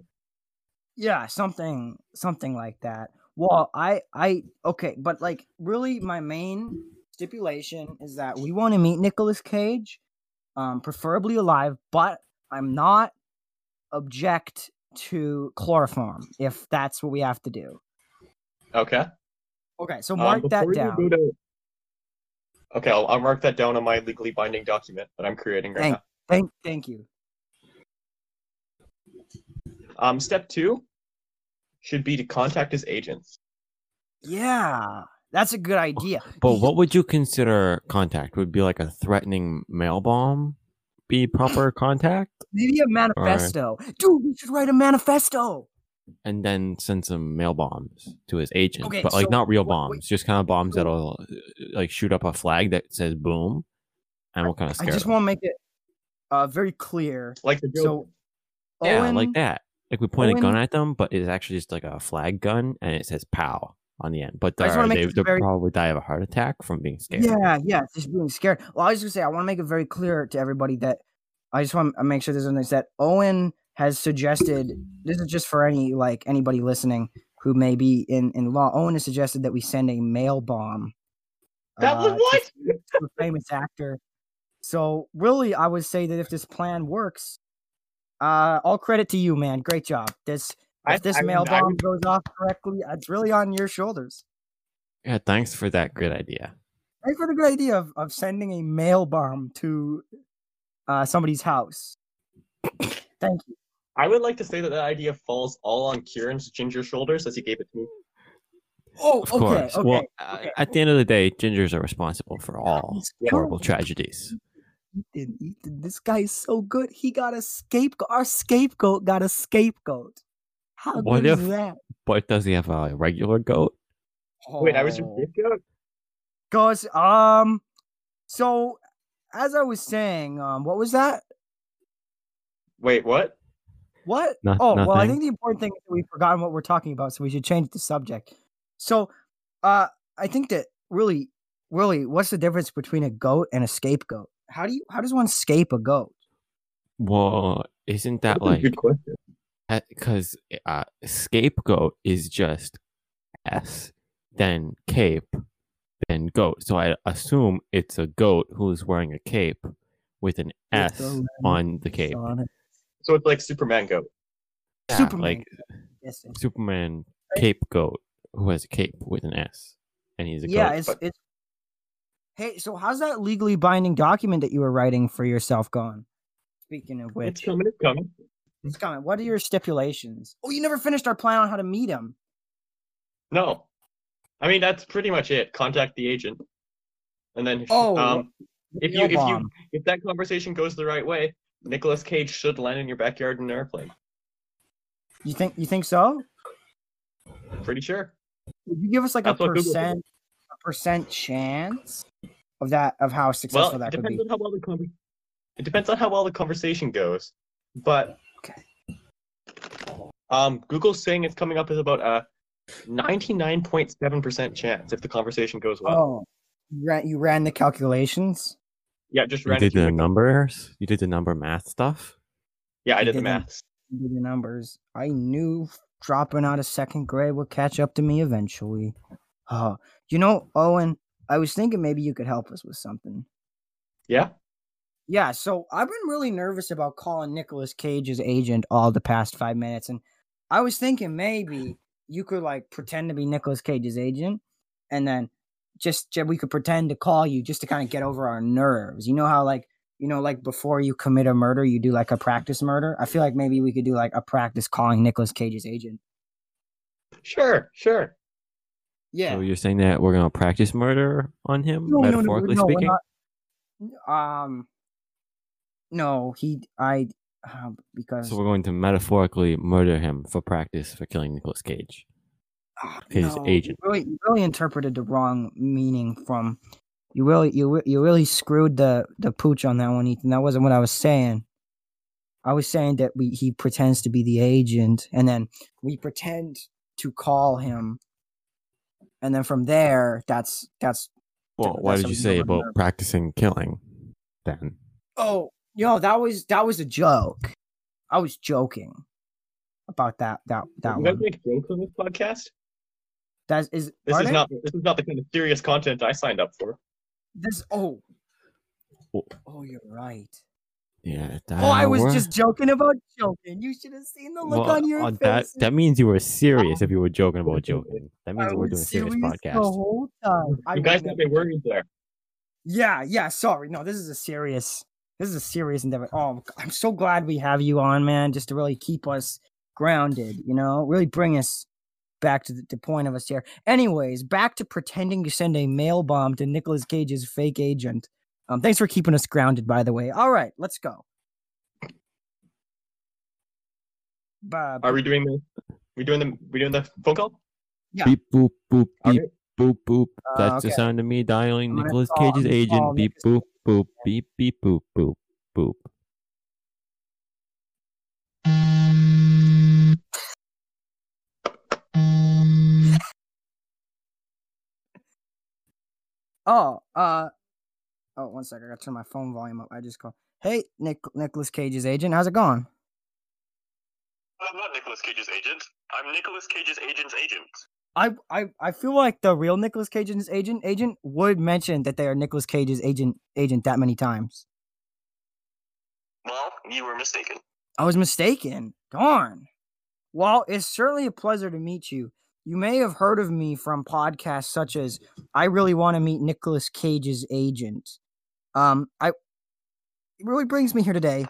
Speaker 2: yeah something something like that well i i okay but like really my main stipulation is that we want to meet Nicolas cage um preferably alive but i'm not object to chloroform if that's what we have to do
Speaker 5: Okay.
Speaker 2: okay so
Speaker 5: Um,
Speaker 2: mark that
Speaker 5: before you
Speaker 2: down
Speaker 5: go to- Okay, I'll, I'll mark that down on my legally binding document that I'm creating right
Speaker 2: thank thank thank you
Speaker 5: now. Um, step two should be to contact his agents.
Speaker 2: yeah that's a good idea
Speaker 3: But
Speaker 2: He-
Speaker 3: what would you consider contact? Would be like a threatening mail bomb be proper contact?
Speaker 2: maybe a manifesto dude we should write a manifesto
Speaker 3: and then send some mail bombs to his agent,
Speaker 2: Okay,
Speaker 3: but like
Speaker 2: so
Speaker 3: not real
Speaker 2: what-
Speaker 3: bombs,
Speaker 2: wait.
Speaker 3: just kind of bombs that'll uh, like shoot up a flag that says boom, and we'll kind of
Speaker 2: i
Speaker 3: scare
Speaker 2: just
Speaker 3: them.
Speaker 2: want to make it uh very clear
Speaker 5: Like the
Speaker 2: So,
Speaker 5: so,
Speaker 3: yeah,
Speaker 2: Owen-
Speaker 3: like that. Like we point a gun
Speaker 2: Owen-
Speaker 3: at them, but it's actually just like a flag gun, and it says pow on the end. But
Speaker 2: I just wanna
Speaker 3: they're-
Speaker 2: make
Speaker 3: they
Speaker 2: this
Speaker 3: they'll
Speaker 2: very-
Speaker 3: probably die of a heart attack from being scared.
Speaker 2: Yeah, yeah, just being scared. Well, I was just gonna say I want to make it very clear to everybody that I just want to make sure there's understands that Owen has suggested. This is just for any like anybody listening who may be in in law. Owen has suggested that we send a mail bomb.
Speaker 5: that was
Speaker 2: uh, to-
Speaker 5: what?
Speaker 2: to a famous actor. So really, I would say that if this plan works, uh, all credit to you, man. Great job. This
Speaker 5: I-
Speaker 2: if this
Speaker 5: I mean,
Speaker 2: mail
Speaker 5: I
Speaker 2: bomb goes off correctly, it's really on your shoulders.
Speaker 3: yeah. Thanks for that great idea.
Speaker 2: Thanks for the good idea of, of sending a mail bomb to uh, somebody's house. Thank you.
Speaker 5: I would like to say that that idea falls all on Kieran's ginger shoulders as he gave it to me.
Speaker 2: Oh,
Speaker 3: Of
Speaker 2: okay,
Speaker 3: course.
Speaker 2: okay.
Speaker 3: well, oh,
Speaker 2: okay.
Speaker 3: a- at the end of the day, gingers are responsible for all
Speaker 2: He's good.
Speaker 3: horrible tragedies.
Speaker 2: Ethan, Ethan, this guy is so good. He got a scapegoat. Our scapegoat got a scapegoat. How
Speaker 3: What
Speaker 2: good
Speaker 3: if-
Speaker 2: is that?
Speaker 3: But does he have a regular goat?
Speaker 5: Wait, I was
Speaker 2: Oh.
Speaker 5: your scapegoat?
Speaker 2: Cause um, so as I was saying, um, what was that?
Speaker 5: Wait, what?
Speaker 2: What?
Speaker 3: No-
Speaker 2: oh, well, I
Speaker 3: nothing.
Speaker 2: think the important thing is that we've forgotten what we're talking about, so we should change the subject. So, uh, I think that really, really, what's the difference between a goat and a scapegoat? How do you? How does one scape a goat?
Speaker 3: Well, isn't that
Speaker 5: That's a
Speaker 3: like
Speaker 5: good question.
Speaker 3: because uh, scapegoat is just s, then cape, then goat. So I assume it's a goat who's wearing a cape with an
Speaker 2: With the
Speaker 3: s
Speaker 2: red
Speaker 3: on the cape.
Speaker 2: On it.
Speaker 5: So it's like Superman goat.
Speaker 3: Yeah,
Speaker 2: Superman.
Speaker 3: like
Speaker 2: Yes, it-
Speaker 3: Superman cape goat who has a cape with an s, and he's a
Speaker 2: yeah,
Speaker 3: goat.
Speaker 2: it's it's. Hey, so how's that legally binding document that you were writing for yourself going? Speaking of
Speaker 5: It's
Speaker 2: which,
Speaker 5: coming, it's coming.
Speaker 2: it's coming. What are your stipulations? Oh, you never finished our plan on how to meet him.
Speaker 5: No. I mean, that's pretty much it. Contact the agent. And then
Speaker 2: Oh,
Speaker 5: um, if you
Speaker 2: No
Speaker 5: if you
Speaker 2: bomb.
Speaker 5: if that conversation goes the right way, Nicolas Cage should land in your backyard in an airplane.
Speaker 2: you think you think so?
Speaker 5: Pretty sure.
Speaker 2: Would you give us like a
Speaker 5: That's what Google said.
Speaker 2: percent a percent chance of that of how
Speaker 5: Well,
Speaker 2: successful
Speaker 5: it
Speaker 2: that could
Speaker 5: depends
Speaker 2: be?
Speaker 5: on how well the conver- it depends on how well the conversation goes. But
Speaker 2: Okay.
Speaker 5: um, Google's saying it's coming up as about a ninety nine point seven percent chance if the conversation goes well.
Speaker 2: Oh, you ran, you ran the calculations.
Speaker 5: Yeah, just
Speaker 3: you
Speaker 5: ran
Speaker 3: did
Speaker 5: into
Speaker 3: the
Speaker 5: Nicolas-
Speaker 3: numbers. You did the number math stuff.
Speaker 5: Yeah, I
Speaker 2: You
Speaker 5: did the
Speaker 2: did them.
Speaker 5: math.
Speaker 2: You did the numbers. I knew dropping out of second grade would catch up to me eventually. Oh, you know, Owen, I was thinking maybe you could help us with something.
Speaker 5: Yeah.
Speaker 2: Yeah, so I've been really nervous about calling Nicolas Cage's agent all the past five minutes, and I was thinking maybe you could like pretend to be Nicolas Cage's agent, and then just ju- we could pretend to call you just to kind of get over our nerves. You know how like you know like before you commit a murder, you do like a practice murder. I feel like maybe we could do like a practice calling Nicolas Cage's agent.
Speaker 5: Sure, sure.
Speaker 2: Yeah,
Speaker 3: So you're saying that we're gonna practice murder on him,
Speaker 2: No, no, no, we're-
Speaker 3: metaphorically
Speaker 2: no, we're
Speaker 3: speaking?
Speaker 2: not- n- um, no, he I uh, because
Speaker 3: So we're going to metaphorically murder him for practice for killing Nicolas Cage.
Speaker 2: Ah,
Speaker 3: his
Speaker 2: no,
Speaker 3: agent.
Speaker 2: You really, you really interpreted the wrong meaning from. You really, you re- you really screwed the the pooch on that one, Ethan. That wasn't what I was saying. I was saying that we he pretends to be the agent, and then we pretend to call him, and then from there, that's that's.
Speaker 3: Well,
Speaker 2: Th-
Speaker 3: why
Speaker 2: that's
Speaker 3: did you
Speaker 2: something
Speaker 3: say
Speaker 2: to
Speaker 3: about
Speaker 2: remember.
Speaker 3: practicing killing? Then
Speaker 2: Oh, yo, that was that was a joke. I was joking about that that that
Speaker 5: you guys
Speaker 2: one.
Speaker 5: make jokes on this podcast?
Speaker 2: That is.
Speaker 5: This
Speaker 2: are
Speaker 5: is
Speaker 2: they?
Speaker 5: not this is not the kind of serious content I signed up for.
Speaker 2: This. Oh.
Speaker 3: Oh.
Speaker 2: Oh, you're right.
Speaker 3: yeah,
Speaker 2: Oh, I was
Speaker 3: we're-
Speaker 2: just joking about joking. You should have seen the look
Speaker 3: Well,
Speaker 2: on your face.
Speaker 3: That that means you were serious if you were joking about joking. That
Speaker 2: I
Speaker 3: means we're
Speaker 2: was
Speaker 3: doing a serious
Speaker 2: serious
Speaker 3: podcast.
Speaker 2: The whole time. I
Speaker 5: you guys
Speaker 2: wouldn't
Speaker 5: have been worried there.
Speaker 2: Yeah, yeah. Sorry, no. This is a serious. This is a serious endeavor. Oh, I'm so glad we have you on, man. Just to really keep us grounded, you know, really bring us back to the, the point of us here. Anyways, back to pretending to send a mail bomb to Nicolas Cage's fake agent. Um, thanks for keeping us grounded, by the way. All right, let's go. Bob,
Speaker 5: Are we doing the we doing the we doing the phone call?
Speaker 2: Yeah.
Speaker 3: Beep boop boop
Speaker 5: All
Speaker 3: beep boop boop.
Speaker 2: Uh,
Speaker 3: That's the
Speaker 2: okay.
Speaker 3: sound of me dialing
Speaker 2: I'm gonna
Speaker 3: Nicolas
Speaker 2: call- I'm
Speaker 3: Cage's
Speaker 2: gonna call
Speaker 3: agent. Beep boop
Speaker 2: Nicolas
Speaker 3: boop beep beep boop boop boop.
Speaker 2: Oh, uh, oh, one sec. I gotta turn my phone volume up. I just called. Hey, Nick, Nicholas Cage's agent. How's it going?
Speaker 4: I'm not Nicolas Cage's agent. I'm Nicolas Cage's agent's agent.
Speaker 2: I, I, I feel like the real Nicolas Cage's agent agent would mention that they are Nicolas Cage's agent agent that many times.
Speaker 4: Well, you were mistaken.
Speaker 2: I was mistaken. Darn. Well, it's certainly a pleasure to meet you. You may have heard of me from podcasts such as I really want to meet Nicolas Cage's agent. Um, I it really brings me here today.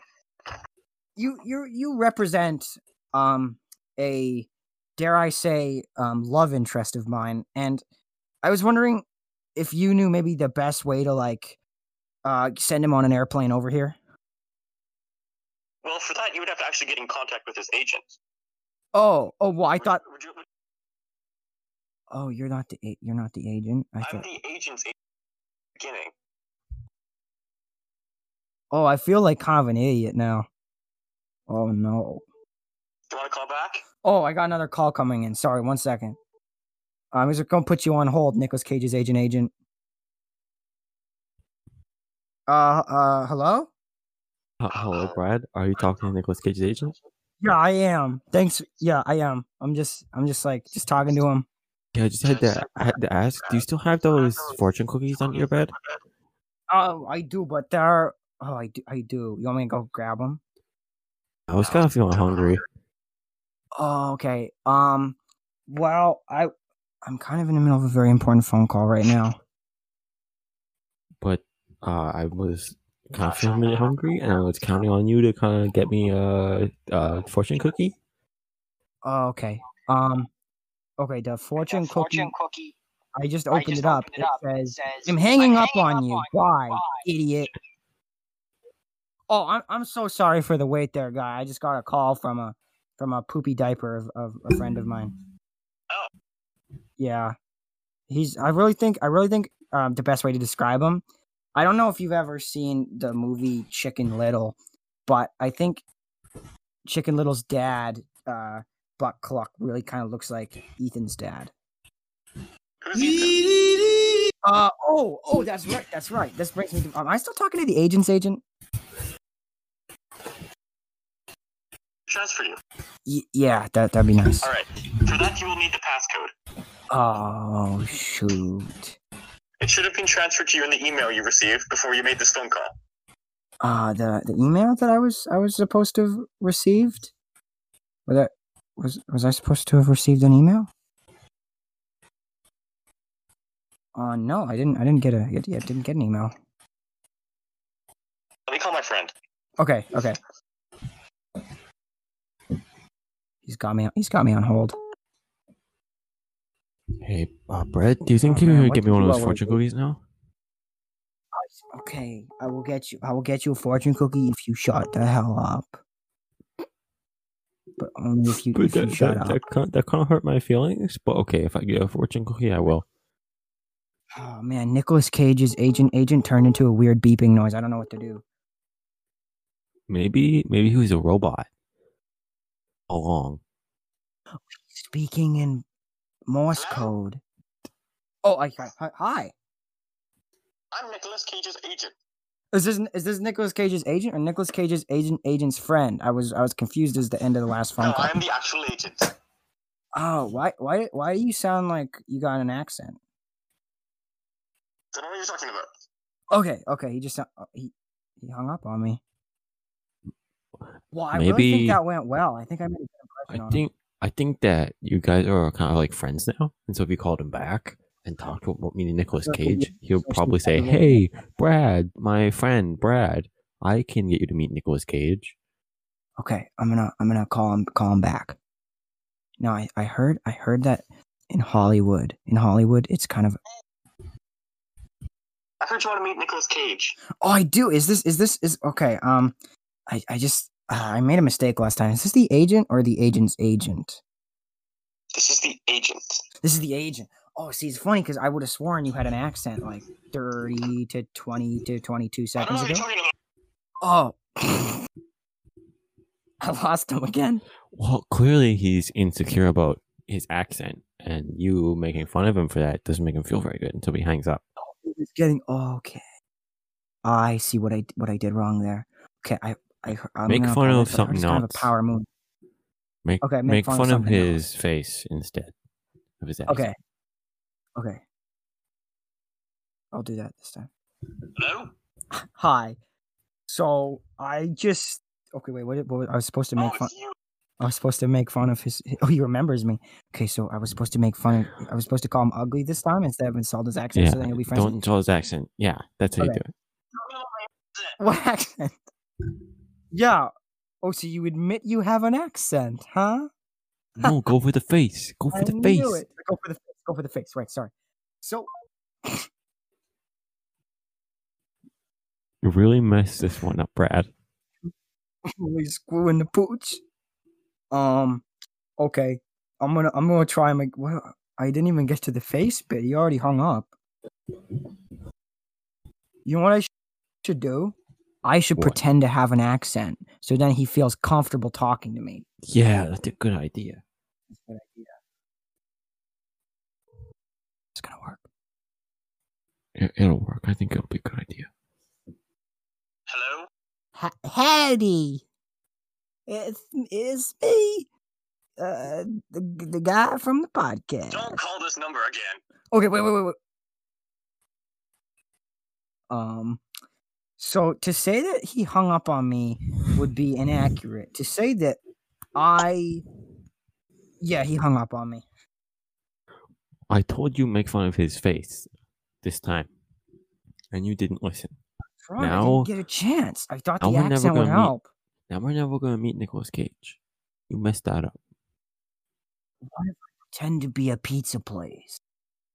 Speaker 2: You you you represent um a dare I say, um, love interest of mine. And I was wondering if you knew maybe the best way to like uh, send him on an airplane over here.
Speaker 4: Well, for that, you would have to actually get in contact with his agent.
Speaker 2: Oh, oh well, I
Speaker 4: Would-
Speaker 2: thought.
Speaker 4: would you- would-
Speaker 2: Oh, you're not the a- you're not the agent. I
Speaker 4: I'm
Speaker 2: thought.
Speaker 4: the agent's agent. Beginning.
Speaker 2: Oh, I feel like kind of an idiot now. Oh no.
Speaker 4: Do you want to call back?
Speaker 2: Oh, I got another call coming in. Sorry, one second. I'm just gonna put you on hold, Nicholas Cage's agent agent. Uh uh hello? Ah.
Speaker 3: H- Hello, Brad. Are you talking to Nicholas Cage's agent?
Speaker 2: Yeah, I am. Thanks. Yeah, I am. I'm just I'm just like just talking to him.
Speaker 3: Yeah, I just had to, I had to ask. Do you still have those fortune cookies on your bed?
Speaker 2: Oh, I do, but there are oh I do I do. You want me to go grab them?
Speaker 3: I was kind of feeling hungry.
Speaker 2: Oh, okay. Um well I I'm kind of in the middle of a very important phone call right now.
Speaker 3: but uh, I was kind of feeling really hungry, and I was counting on you to kind of get me a, a fortune cookie.
Speaker 2: Oh, okay. Um, okay. The fortune, cookie, I just opened it up. It, says, "I'm hanging up on you." Why, idiot? Oh, I'm I'm so sorry for the wait there, guy. I just got a call from a from a poopy diaper of, of a friend of mine.
Speaker 4: Oh.
Speaker 2: Yeah, he's. I really think. I really think. Um, the best way to describe him. I don't know if you've ever seen the movie Chicken Little, but I think Chicken Little's dad. Uh, Buck Cluck really kind of looks like Ethan's dad.
Speaker 4: Who's Ethan?
Speaker 2: Uh oh, oh, that's right, that's right. This brings me. To, am I still talking to the agent's agent?
Speaker 4: Transfer you.
Speaker 2: Y- yeah, that that'd be nice.
Speaker 4: All right. For that, you will need the passcode.
Speaker 2: Oh shoot.
Speaker 4: It should have been transferred to you in the email you received before you made this phone call.
Speaker 2: Uh the the email that I was I was supposed to have received. Was that was was I supposed to have received an email? Uh no, I didn't. I didn't get a. I didn't get an email.
Speaker 4: Let me call my friend.
Speaker 2: Okay, okay. He's got me. He's got me on hold.
Speaker 3: Hey, uh, Brett, do you think
Speaker 2: Oh,
Speaker 3: you
Speaker 2: man,
Speaker 3: can
Speaker 2: what
Speaker 3: get me
Speaker 2: did
Speaker 3: one of
Speaker 2: you
Speaker 3: those
Speaker 2: already
Speaker 3: fortune
Speaker 2: do?
Speaker 3: cookies now?
Speaker 2: Okay, I will get you. I will get you a fortune cookie if you shut the hell up. But only if you, if you shut up.
Speaker 3: kind, that kind of hurt my feelings, but okay, if I get a fortune cookie, I will.
Speaker 2: Oh man, Nicolas Cage's agent agent turned into a weird beeping noise. I don't know what to do.
Speaker 3: Maybe, maybe he was a robot. Along.
Speaker 2: Speaking in Morse
Speaker 4: Hello?
Speaker 2: code. Oh, I got hi- hi.
Speaker 4: I'm Nicholas Cage's agent.
Speaker 2: Is this is this Nicolas Cage's agent or Nicolas Cage's agent agent's friend? I was I was confused as the end of the last phone
Speaker 4: No,
Speaker 2: call.
Speaker 4: I am the actual agent.
Speaker 2: Oh, why why why do you sound like you got an accent?
Speaker 4: Don't know what you're talking about.
Speaker 2: Okay, okay. He just uh, he he hung up on me. Well, I really
Speaker 3: Maybe-
Speaker 2: think that went well. I think I made a good
Speaker 3: I
Speaker 2: impression on him.
Speaker 3: think, I think that you guys are kind of like friends now, and so if you called him back and talked to him, meaning Nicolas
Speaker 2: So if we
Speaker 3: Cage,
Speaker 2: get
Speaker 3: he'll
Speaker 2: social
Speaker 3: probably say,
Speaker 2: media-
Speaker 3: "Hey, Brad, my friend Brad, I can get you to meet Nicolas Cage."
Speaker 2: Okay, I'm gonna I'm gonna call him call him back. No, I I heard I heard that in Hollywood in Hollywood it's kind of
Speaker 4: I heard you want to meet Nicholas Cage.
Speaker 2: oh I do is this is this is okay um I I just uh, I made a mistake last time. Is this the agent or the agent's agent?
Speaker 4: This is the agent.
Speaker 2: This is the agent. Oh, see, it's funny because I would have sworn you had an accent like thirty to twenty to twenty-two
Speaker 4: I don't know
Speaker 2: seconds
Speaker 4: what
Speaker 2: ago.
Speaker 4: you're talking about.
Speaker 2: Oh. *laughs* I lost him again.
Speaker 3: Well, clearly he's insecure about his accent, and you making fun of him for that doesn't make him feel very good until he hangs up.
Speaker 2: It's getting oh, okay. I see what I what I did wrong there. Okay, I I I'm
Speaker 3: Make
Speaker 2: gonna
Speaker 3: fun of
Speaker 2: apologize, but I
Speaker 3: something
Speaker 2: just kind of
Speaker 3: else.
Speaker 2: a power move.
Speaker 3: Make
Speaker 2: Okay,
Speaker 3: make, fun, of,
Speaker 2: something else.
Speaker 3: his face instead of his accent.
Speaker 2: Okay. Okay. I'll do that this time. *laughs*
Speaker 4: Hello?
Speaker 2: Hi. So I just okay. Wait, what? did- what was- I was supposed to make
Speaker 4: Oh,
Speaker 2: fun.
Speaker 4: it's you.
Speaker 2: I was supposed to make fun of his. *laughs* Oh, he remembers me. Okay, so I was supposed to make fun. of I was supposed to call him ugly this time instead of insult his accent.
Speaker 3: Yeah,
Speaker 2: so then he'll be friends. with
Speaker 3: don't insult his accent. Yeah, that's how
Speaker 2: Okay.
Speaker 3: you do it.
Speaker 2: *laughs* What accent? Yeah. Oh, so you admit you have an accent, huh?
Speaker 3: No, go for the face. Go for
Speaker 2: *laughs* I
Speaker 3: the
Speaker 2: knew
Speaker 3: face.
Speaker 2: it. Go for the face. Go for the face. Right. Sorry. So
Speaker 3: You really messed this one up, Brad.
Speaker 2: we screw in the pooch. Um. Okay. I'm gonna. I'm gonna try and make. Well, I didn't even get to the face bit. He already hung up. You know what I sh- should do? I should
Speaker 3: What?
Speaker 2: pretend to have an accent, so then he feels comfortable talking to me.
Speaker 3: Yeah, that's a good idea.
Speaker 2: Good idea. It's gonna work.
Speaker 3: It, it'll work. I think it'll be a good idea.
Speaker 4: Hello?
Speaker 2: H- howdy. It's, it's me, uh, the, the guy from the podcast.
Speaker 4: Don't call this number again.
Speaker 2: Okay, wait, wait, wait, wait. Um, so to say that he hung up on me would be inaccurate. To say that I, yeah, he hung up on me.
Speaker 3: I told you make fun of his face this time, and you didn't listen.
Speaker 2: Right,
Speaker 3: Now-
Speaker 2: I didn't get a chance. I thought
Speaker 3: now
Speaker 2: the
Speaker 3: we're never
Speaker 2: accent would
Speaker 3: gonna meet.
Speaker 2: help.
Speaker 3: Now we're never gonna meet Nicolas Cage. You messed that up.
Speaker 2: Tend to be a pizza place,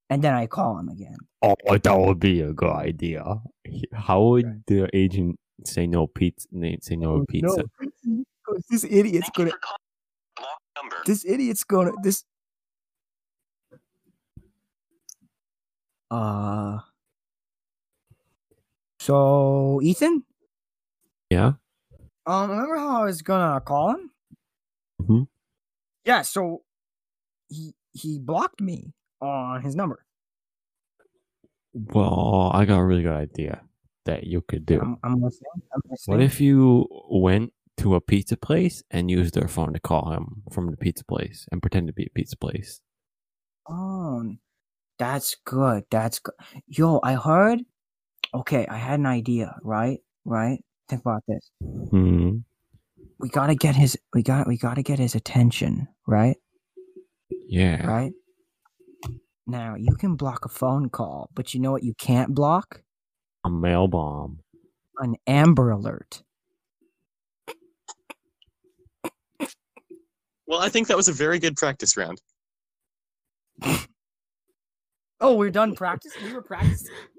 Speaker 2: and then I call him again.
Speaker 3: Oh, that would be a good idea. How would the agent say no pizza? Say no Oh, pizza. *laughs*
Speaker 2: No, this idiot's
Speaker 4: Thank
Speaker 2: gonna.
Speaker 4: you for calling. Block number.
Speaker 2: This idiot's gonna. This. Uh. So Ethan,
Speaker 3: Yeah.
Speaker 2: um, remember how I was gonna call him?
Speaker 3: Mhm.
Speaker 2: Yeah. So he he blocked me on his number.
Speaker 3: Well, I got a really good idea that you could do.
Speaker 2: I'm, I'm listening. I'm listening.
Speaker 3: What if you went to a pizza place and used their phone to call him from the pizza place and pretend to be a pizza place?
Speaker 2: phone. That's good. That's good. Yo, I heard. Okay, I had an idea. Right, right. Think about this.
Speaker 3: Hmm.
Speaker 2: We gotta get his. We got. We gotta get his attention. Right,
Speaker 3: Yeah.
Speaker 2: right. Now you can block a phone call, but you know what? You can't block
Speaker 3: A mail bomb.
Speaker 2: an Amber Alert.
Speaker 5: Well, I think that was a very good practice round.
Speaker 2: Oh, we're done practice. We were practicing.
Speaker 3: So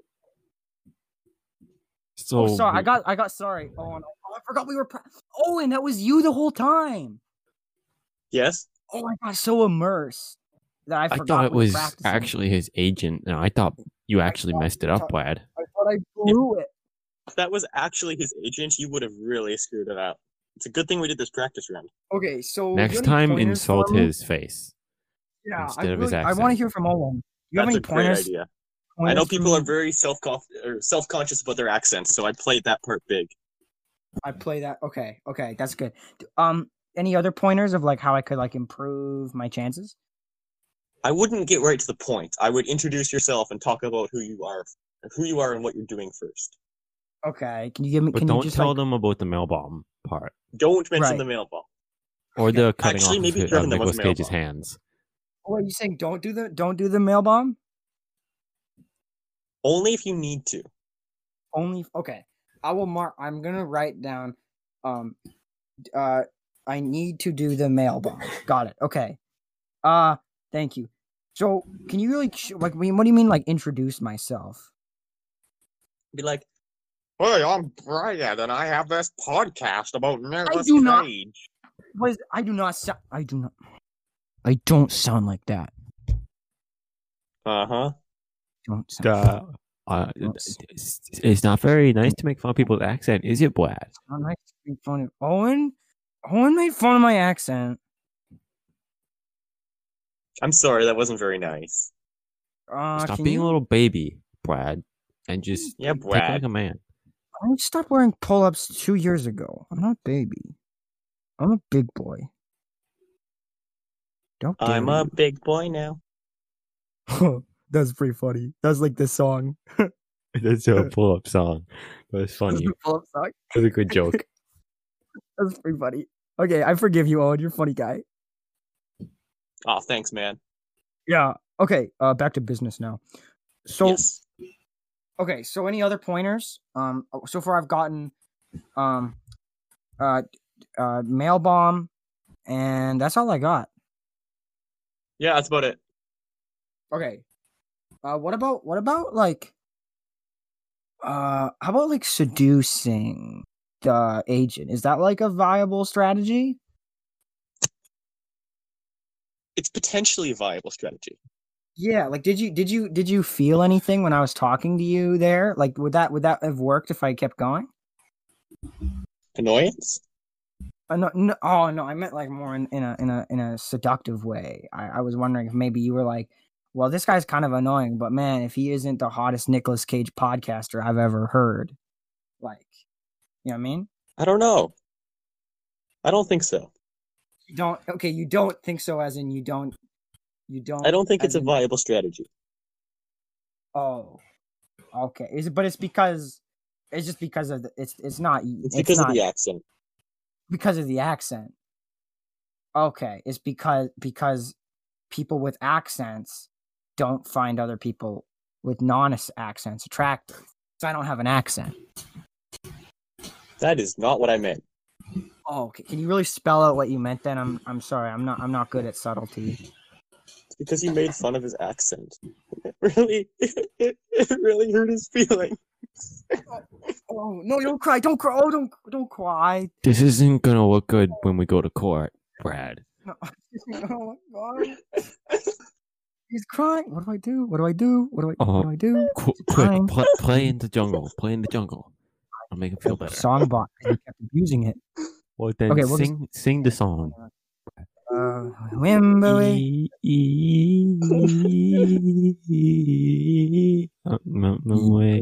Speaker 2: Oh, sorry. I
Speaker 3: we-
Speaker 2: got. I got. Sorry. Oh, no. oh I forgot we were. Pra- oh, and that was you the whole time.
Speaker 5: Yes?
Speaker 2: Oh, I got so immersed that I
Speaker 3: I
Speaker 2: forgot.
Speaker 3: thought it
Speaker 2: we were
Speaker 3: was
Speaker 2: practicing.
Speaker 3: actually his agent, and I thought you actually
Speaker 2: thought-
Speaker 3: messed it
Speaker 2: I
Speaker 3: up,
Speaker 2: thought-
Speaker 3: Brad.
Speaker 2: I thought I blew it.
Speaker 5: If that was actually his agent, you would have really screwed it up. It's a good thing we did this practice round.
Speaker 2: Okay, so you
Speaker 3: Next
Speaker 2: have any
Speaker 3: time,
Speaker 2: pointers
Speaker 3: insult
Speaker 2: for me?
Speaker 3: his face.
Speaker 2: Yeah, I
Speaker 3: instead of his
Speaker 2: really- I want to
Speaker 3: accent.
Speaker 2: hear from Owen. You have
Speaker 5: That's
Speaker 2: any
Speaker 5: a great
Speaker 2: pointers?
Speaker 5: idea. I
Speaker 2: pointers
Speaker 5: know
Speaker 2: for
Speaker 5: people are
Speaker 2: me?
Speaker 5: very self or self conscious about their accents, so I played that part big.
Speaker 2: I play that. Okay, okay, that's good. D- Um, any other pointers of like how I could like improve my chances?
Speaker 5: I wouldn't get right to the point. I would introduce yourself and talk about who you are, who you are, and what you're doing first.
Speaker 2: Okay, can you give me?
Speaker 3: But
Speaker 2: can you
Speaker 3: don't
Speaker 2: just
Speaker 3: tell
Speaker 2: like,
Speaker 3: them about the mail bomb part
Speaker 5: Don't mention
Speaker 2: Right.
Speaker 5: the mailball.
Speaker 3: or the cutting
Speaker 5: Actually,
Speaker 3: off
Speaker 5: maybe
Speaker 3: of, his,
Speaker 5: Jordan,
Speaker 3: of
Speaker 5: that
Speaker 3: Nicolas
Speaker 5: was mail
Speaker 3: Cage's
Speaker 5: bomb.
Speaker 3: hands.
Speaker 2: Oh, are you saying don't do the don't do the mail bomb?
Speaker 5: Only if you need to.
Speaker 2: Only if- okay. I will mark. I'm gonna write down. Um, d- uh, I need to do the mail bomb. Got it. Okay. Uh, thank you. So, can you really ch- like? I mean, What do you mean? Like, introduce myself?
Speaker 5: Be like, "Hey, I'm Brian, and I have this podcast about Nicholas
Speaker 2: do not-
Speaker 5: Cage."
Speaker 2: What is? I do not sound. I do not. I don't sound like that.
Speaker 5: Uh huh.
Speaker 2: Don't sound.
Speaker 3: Duh. Uh,
Speaker 2: Oops.
Speaker 3: it's, it's not very nice to make fun of people's accent, is it, Brad?
Speaker 2: I like to make fun of Owen. Owen made fun of my accent.
Speaker 5: I'm sorry, that wasn't very nice.
Speaker 2: Uh,
Speaker 3: Stop
Speaker 2: can
Speaker 3: being
Speaker 2: you-
Speaker 3: a little baby, Brad, and just
Speaker 5: Yeah,
Speaker 3: take it like
Speaker 5: Brad.
Speaker 3: a man.
Speaker 2: I stopped wearing pull-ups two years ago. I'm not baby. I'm a big boy. Don't dare
Speaker 5: I'm a big boy now.
Speaker 2: you. *laughs* That's pretty funny. That's like the song.
Speaker 3: *laughs* That's
Speaker 2: Uh,
Speaker 3: a pull-up song. That was *laughs*
Speaker 2: That's
Speaker 3: funny.
Speaker 2: the *laughs* pull-up song.
Speaker 3: That was a
Speaker 2: *laughs*
Speaker 3: good joke.
Speaker 2: That's pretty funny. Okay, I forgive you, Owen. You're a funny guy.
Speaker 7: Ah,
Speaker 5: Oh, thanks, man.
Speaker 2: Yeah. Okay. Uh, back to business now. So
Speaker 5: yes.
Speaker 2: okay. So any other pointers? Um, oh, so far I've gotten, um, uh, uh, mail bomb, and that's all I got.
Speaker 5: Yeah, that's about it.
Speaker 2: Okay. Uh, what about what about like? Uh, how about like seducing the agent? Is that like a viable strategy?
Speaker 7: It's potentially a viable strategy.
Speaker 2: Yeah. Like, did you did you did you feel anything when I was talking to you there? Like, would that would that have worked if I kept going?
Speaker 7: Annoyance?
Speaker 2: Uh, no, no, oh no, I meant like more in, in a in a in a seductive way. I, I was wondering if maybe you were like, well, this guy's kind of annoying, but man, if he isn't the hottest Nicolas Cage podcaster I've ever heard, like, you know what I mean?
Speaker 7: I don't know. I don't think so.
Speaker 2: You don't okay, you don't think so, as in you don't, you don't.
Speaker 7: I don't think
Speaker 2: as
Speaker 7: it's a
Speaker 2: in-
Speaker 7: viable strategy.
Speaker 2: Oh, okay. Is it? But it's because it's just because of the, it's it's not
Speaker 7: It's because
Speaker 2: not,
Speaker 7: of the accent.
Speaker 2: because of the accent. Okay, it's because because people with accents don't find other people with non accents attractive. So I don't have an accent.
Speaker 7: That is not what I meant.
Speaker 2: Oh, okay. Can you really spell out what you meant then? I'm I'm sorry. I'm not I'm not good at subtlety.
Speaker 7: It's because you made fun of his accent. *laughs* It really, *laughs* it, it really hurt his feeling. *laughs*
Speaker 2: Oh, no, don't cry. Don't cry. Oh, don't don't cry. *laughs*
Speaker 3: This isn't gonna look good when we go to court, Brad.
Speaker 2: No. oh my god. He's crying. What do I do? What do I do? What do I what
Speaker 3: Uh-huh.
Speaker 2: do I do?
Speaker 3: Qu- quick,
Speaker 2: Fine. *laughs*
Speaker 3: pl- play in the jungle. Play in the jungle. I'll make him feel better.
Speaker 2: Songbot. I kept abusing it.
Speaker 3: Well, then
Speaker 2: Okay, we'll just-
Speaker 3: sing, sing the song. E,
Speaker 2: Uh, Wimberley.
Speaker 3: *laughs* Uh, no, no way.
Speaker 2: E,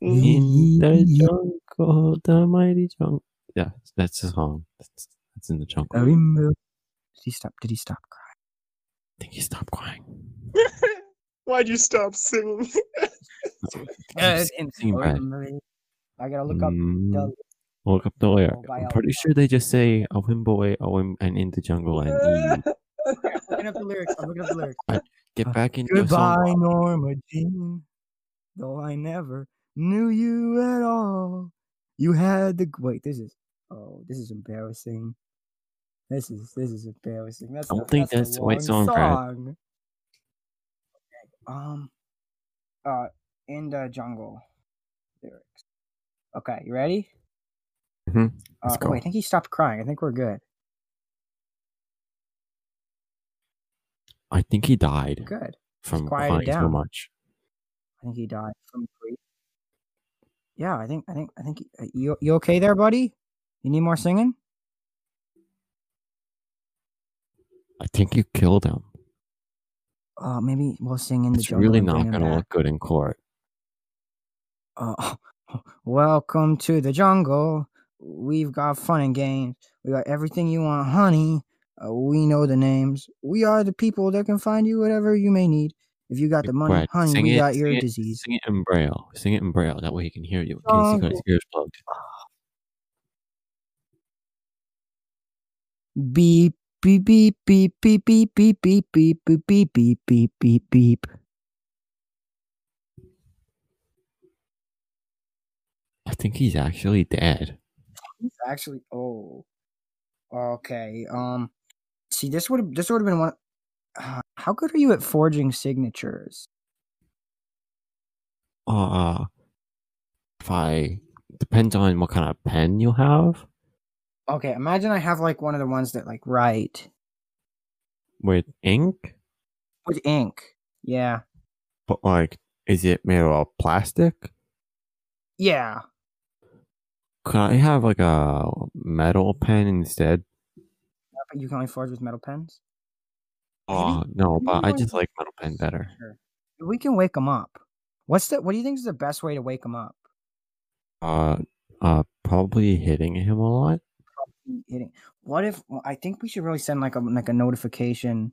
Speaker 3: In the jungle, the mighty jungle. Yeah, that's the song. That's, that's in the jungle.
Speaker 2: Uh, Wimber- Did he stop? Did he stop crying?
Speaker 3: I think he stopped crying.
Speaker 7: Why'd you stop singing?
Speaker 2: Uh,
Speaker 3: Keep singing, Brad.
Speaker 2: Wimberley. I gotta look up.
Speaker 3: Mm,
Speaker 2: The,
Speaker 3: look up the lyric.
Speaker 2: by
Speaker 3: I'm
Speaker 2: Al
Speaker 3: pretty sure they just say a win boy, a win, and in the jungle, and
Speaker 2: *laughs*
Speaker 3: you
Speaker 2: looking up the lyrics. I'm looking up the lyrics.
Speaker 3: get
Speaker 2: Uh,
Speaker 3: back in your
Speaker 2: Goodbye,
Speaker 3: song.
Speaker 2: Norma Jean. Though I never knew you at all, you had the g- wait. This is oh, this is embarrassing. This is this is embarrassing. That's
Speaker 3: Don't
Speaker 2: not-
Speaker 3: think
Speaker 2: that's,
Speaker 3: that's
Speaker 2: a
Speaker 3: the right song,
Speaker 2: long
Speaker 3: Brad.
Speaker 2: song. Okay. Um. Uh, in the jungle lyrics. Okay, you ready?
Speaker 3: Mhm, let's
Speaker 2: Uh, oh,
Speaker 3: go.
Speaker 2: wait, I think he stopped crying. I think we're good.
Speaker 3: I think he died
Speaker 2: Good.
Speaker 3: from
Speaker 2: quieted
Speaker 3: crying so
Speaker 2: down.
Speaker 3: much.
Speaker 2: I think he died from grief. Yeah, I think I think I think uh, you you okay there, buddy? You need more singing?
Speaker 3: I think you killed him.
Speaker 2: Uh, maybe we'll sing in the
Speaker 3: It's
Speaker 2: jungle.
Speaker 3: really
Speaker 2: and
Speaker 3: not
Speaker 2: bring him
Speaker 3: going to
Speaker 2: back.
Speaker 3: look good in court.
Speaker 2: Uh, welcome to the jungle. We've got fun and games. We got everything you want, honey. Uh, we know the names. We are the people that can find you whatever you may need. If you got the money,
Speaker 3: Brad,
Speaker 2: honey,
Speaker 3: sing
Speaker 2: we
Speaker 3: it-
Speaker 2: got your
Speaker 3: sing it-
Speaker 2: disease.
Speaker 3: Sing it in braille. Sing it in braille. That way he can hear you. In case he got his ears plugged.
Speaker 2: beep beep beep beep beep beep beep beep beep beep beep beep beep beep beep.
Speaker 3: I think he's actually dead.
Speaker 2: He's actually oh okay um see this would have this would have been one uh, how good are you at forging signatures
Speaker 3: Uh, if I depends on what kind of pen you have
Speaker 2: okay imagine i have like one of the ones that like write
Speaker 3: with ink,
Speaker 2: with ink yeah
Speaker 3: but like, is it made of plastic?
Speaker 2: yeah
Speaker 3: Could I have like a metal pen instead?
Speaker 2: but you can only forge with metal pens
Speaker 3: Oh
Speaker 2: Maybe-
Speaker 3: no,
Speaker 2: maybe
Speaker 3: but I
Speaker 2: one
Speaker 3: just
Speaker 2: of
Speaker 3: like metal pen better.
Speaker 2: Sure. we can wake them up what's the what do you think is the best way to wake them up
Speaker 3: Uh, uh, probably hitting him a lot.
Speaker 2: hitting. What if well, I think we should really send like a like a notification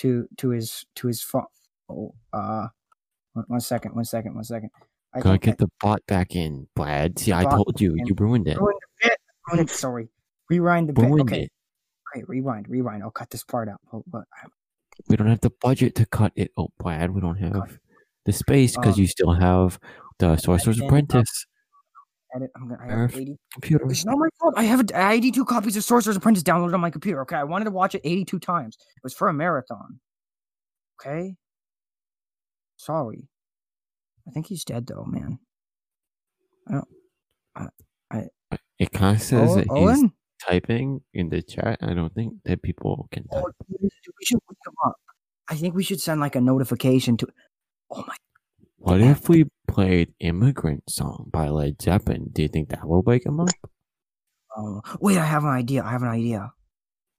Speaker 2: to to his to his phone? Oh, uh, one, one second, one second, one second. I
Speaker 3: Gotta
Speaker 2: think
Speaker 3: get the bot back in, Brad. See, I
Speaker 2: Bot
Speaker 3: told you,
Speaker 2: in.
Speaker 3: you ruined it.
Speaker 2: Ruined the bit. Ruined- oh, sorry, rewind the bit.
Speaker 3: Ruined
Speaker 2: Okay,
Speaker 3: it.
Speaker 2: okay, rewind, rewind. I'll cut this part out. Hold- what-
Speaker 3: We don't have the budget to cut it out, Brad. We don't have the space because
Speaker 2: Um,
Speaker 3: you still have the Sorcerer's
Speaker 2: and, uh,
Speaker 3: Apprentice.
Speaker 2: I edit. I'm gonna. I have
Speaker 3: Nerf.
Speaker 2: 80.
Speaker 3: Computer.
Speaker 2: It's not my fault. I have a- I had 82 copies of Sorcerer's Apprentice downloaded on my computer. Okay, I wanted to watch it 82 times. It was for a marathon. Okay. Sorry. I think he's dead though, man.
Speaker 3: It kind of says
Speaker 2: Owen-
Speaker 3: that he's
Speaker 2: Oh, Owen.
Speaker 3: typing in the chat. I don't think that people can type.
Speaker 2: Oh, we should wake him up. I think we should send like a notification to. Oh my.
Speaker 3: What if we played "Immigrant Song" by Led Zeppelin? Do you think that will wake him up?
Speaker 2: Oh, wait, I have an idea. I have an idea.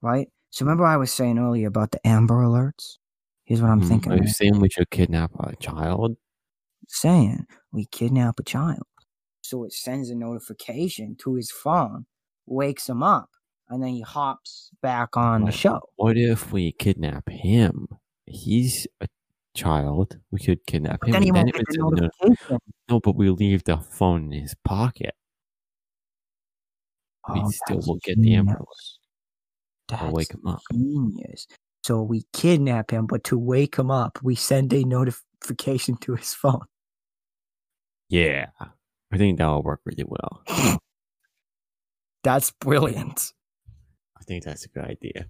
Speaker 2: Right? So remember I was saying earlier about the Amber Alerts? Here's what I'm
Speaker 3: Hmm,
Speaker 2: thinking.
Speaker 3: Are you
Speaker 2: right?
Speaker 3: saying we should kidnap a child?
Speaker 2: saying we kidnap a child. So it sends a notification to his phone, wakes him up, and then he hops back on the
Speaker 3: Right.
Speaker 2: show.
Speaker 3: What if we kidnap him? He's a child. We could kidnap
Speaker 2: But
Speaker 3: him.
Speaker 2: then he
Speaker 3: and
Speaker 2: won't
Speaker 3: it
Speaker 2: get
Speaker 3: would
Speaker 2: the
Speaker 3: say, no,
Speaker 2: notification.
Speaker 3: no, but we leave the phone in his pocket. we
Speaker 2: Oh,
Speaker 3: still
Speaker 2: that's
Speaker 3: will get the Amber
Speaker 2: genius.
Speaker 3: I'll
Speaker 2: That's
Speaker 3: wake him up.
Speaker 2: genius. So we kidnap him, but to wake him up, we send a notification to his phone. *laughs*
Speaker 3: Yeah, I think that will work really well.
Speaker 2: That's brilliant.
Speaker 3: I think that's a good idea.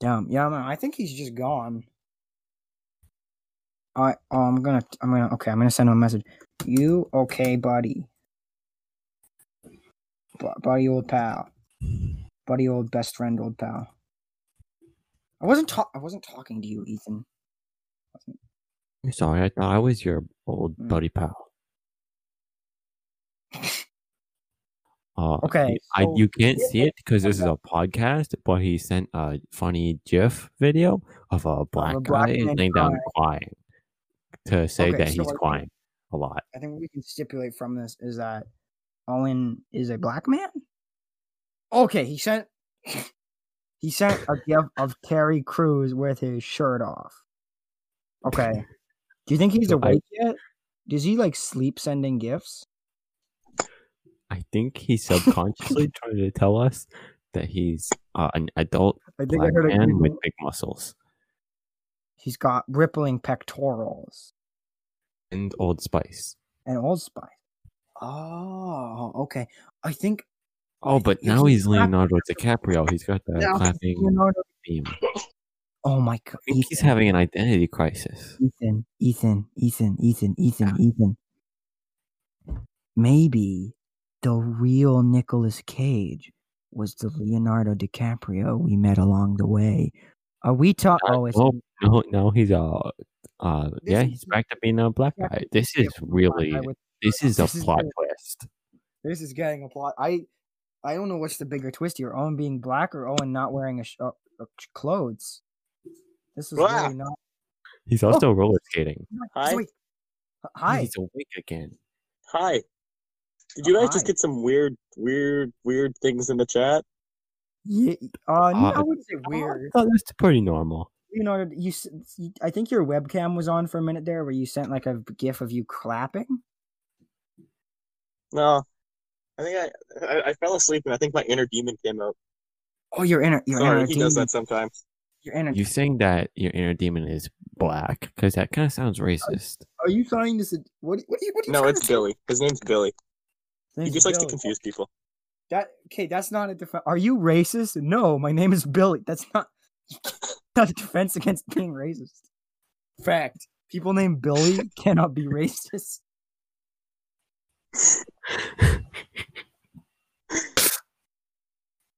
Speaker 2: Damn, yeah, man. I think he's just gone. I oh, I'm gonna, I'm gonna. Okay, I'm gonna send him a message. You okay, buddy? Bu- buddy, old pal. Buddy, old best friend, old pal. I wasn't ta- I wasn't talking to you, Ethan.
Speaker 3: I'm sorry. I thought I was your old
Speaker 2: Mm.
Speaker 3: buddy
Speaker 2: *laughs*
Speaker 3: pal. Uh,
Speaker 2: Okay,
Speaker 3: I
Speaker 2: so
Speaker 3: you can't
Speaker 2: if
Speaker 3: see it because this is a podcast, but he sent a funny GIF video of a black
Speaker 2: black
Speaker 3: guy
Speaker 2: man
Speaker 3: laying down crying to say
Speaker 2: Okay,
Speaker 3: that
Speaker 2: so I
Speaker 3: he's
Speaker 2: think-
Speaker 3: crying a lot.
Speaker 2: I think what we can stipulate from this is that Owen is a black man. Okay, he sent he sent *laughs* a gift of Terry Crews with his shirt off. Okay, do you think he's
Speaker 3: So I-
Speaker 2: awake yet? Does he like sleep sending gifts?
Speaker 3: I think
Speaker 2: *laughs*
Speaker 3: he subconsciously trying to tell us that he's uh, an adult
Speaker 2: I think
Speaker 3: black
Speaker 2: I heard a
Speaker 3: man with
Speaker 2: giggle.
Speaker 3: big muscles
Speaker 2: He's got rippling pectorals
Speaker 3: and Old Spice.
Speaker 2: and Old Spice. Oh, okay. I think
Speaker 3: Oh, but
Speaker 2: he's
Speaker 3: now he's
Speaker 2: black-
Speaker 3: Leonardo DiCaprio. He's got the
Speaker 2: now
Speaker 3: clapping
Speaker 2: Leonardo.
Speaker 3: beam.
Speaker 2: Oh my god,
Speaker 3: I think he's having an identity crisis.
Speaker 2: Ethan, Ethan, Ethan, Ethan, Ethan, Ethan. Maybe the real Nicolas Cage was the Leonardo DiCaprio we met along the way. Are we talking?
Speaker 3: Uh,
Speaker 2: Oh, it's
Speaker 3: well, no, no, he's a, uh,
Speaker 2: This
Speaker 3: yeah,
Speaker 2: is
Speaker 3: he's back to being a black
Speaker 2: back
Speaker 3: guy.
Speaker 2: to
Speaker 3: This
Speaker 2: being
Speaker 3: is
Speaker 2: a black
Speaker 3: really,
Speaker 2: I would-
Speaker 3: this is a
Speaker 2: This is
Speaker 3: plot
Speaker 2: really-
Speaker 3: twist.
Speaker 2: this is getting a plot. I, I don't know what's the bigger twist here: Owen being black or Owen not wearing a sh- uh, uh, sh- clothes. This is
Speaker 7: Blah.
Speaker 2: really not.
Speaker 3: He's also
Speaker 2: Oh.
Speaker 3: roller skating.
Speaker 7: Hi.
Speaker 2: Wait. H- Hi.
Speaker 3: He's awake again.
Speaker 7: Hi. Did you guys
Speaker 2: Hi.
Speaker 7: just get some weird, weird, weird things in the chat?
Speaker 2: Yeah, uh, no, I
Speaker 3: Uh,
Speaker 2: wouldn't say
Speaker 3: Weird.
Speaker 2: weird.
Speaker 3: I thought that's pretty normal.
Speaker 2: Leonardo, you, s- you- I think your webcam was on for a minute there, where you sent like a b- gif of you clapping.
Speaker 7: No. I think I, I I fell asleep and I think my inner demon came out.
Speaker 2: Oh, your inner, your
Speaker 7: Sorry,
Speaker 2: inner
Speaker 7: he does
Speaker 2: demon-
Speaker 7: that sometimes.
Speaker 2: Your inner.
Speaker 3: You saying that your inner demon is black because that kind of sounds racist.
Speaker 2: are you trying to? sug- What? What are you? What are you
Speaker 7: No, *laughs*
Speaker 2: trying
Speaker 7: it's
Speaker 2: to-
Speaker 7: Billy. His name's Billy. He
Speaker 2: There's
Speaker 7: just likes to
Speaker 2: Billy.
Speaker 7: confuse people.
Speaker 2: That okay? That's not a defense. Are you racist? No, my name is Billy. That's not. *laughs* Not a defense against being racist. Fact: People named Billy
Speaker 7: *laughs*
Speaker 2: cannot be racist.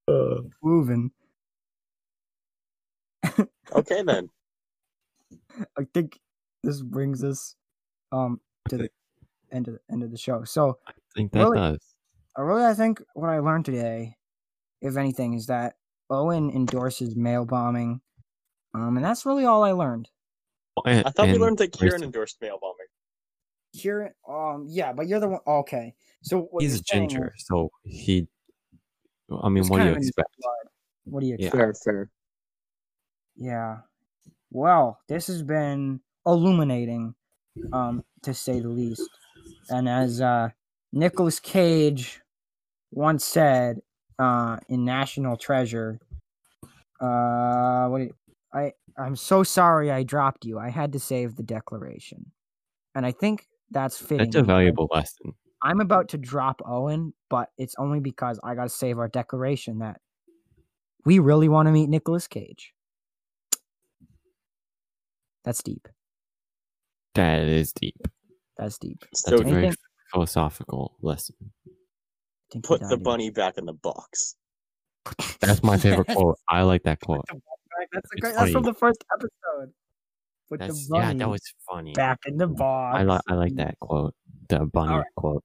Speaker 6: Uh,
Speaker 2: Proven.
Speaker 7: Okay
Speaker 3: *laughs*
Speaker 7: then.
Speaker 2: I think this brings us um to the end of the end of the show. So
Speaker 3: I think that
Speaker 2: Really?
Speaker 3: does.
Speaker 2: I really I think what I learned today, if anything, is that Owen endorses mail bombing. Um and that's really all I learned.
Speaker 7: I thought we learned that Kieran endorsed mail bombing.
Speaker 2: Here um yeah, but you're the one okay. So what
Speaker 3: he's
Speaker 2: you're
Speaker 3: a
Speaker 2: saying
Speaker 3: ginger,
Speaker 2: is
Speaker 3: so he. I mean,
Speaker 2: it's
Speaker 3: what do
Speaker 2: kind
Speaker 3: you
Speaker 2: of in his
Speaker 3: expect?
Speaker 2: blood. What do you
Speaker 3: Yeah.
Speaker 2: expect?
Speaker 7: Fair, fair.
Speaker 2: Yeah. Well, this has been illuminating, um, to say the least. And as uh, Nicholas Cage once said uh, in National Treasure, uh, what did- I I'm so sorry I dropped you. I had to save the Declaration, and I think that's fitting.
Speaker 3: That's a
Speaker 2: because
Speaker 3: valuable lesson.
Speaker 2: I'm about to drop Owen, but it's only because I got to save our declaration that we really want to meet Nicolas Cage. That's deep.
Speaker 3: That is deep.
Speaker 2: That's deep.
Speaker 5: It's
Speaker 3: That's
Speaker 5: so
Speaker 3: a very
Speaker 2: Anything-
Speaker 3: philosophical lesson.
Speaker 2: Dinky
Speaker 5: put the
Speaker 2: Dotty.
Speaker 5: bunny back in the box.
Speaker 3: That's my
Speaker 2: *laughs*
Speaker 3: favorite
Speaker 2: Yes.
Speaker 3: quote. I like that quote.
Speaker 2: Right, That's, a
Speaker 3: It's
Speaker 2: great, that's from
Speaker 3: funny.
Speaker 2: the first episode. Put
Speaker 3: That's,
Speaker 2: the
Speaker 3: yeah,
Speaker 2: bunny
Speaker 3: that was funny.
Speaker 2: back in the box.
Speaker 3: I like I like that quote. The bunny
Speaker 2: Alright.
Speaker 3: quote.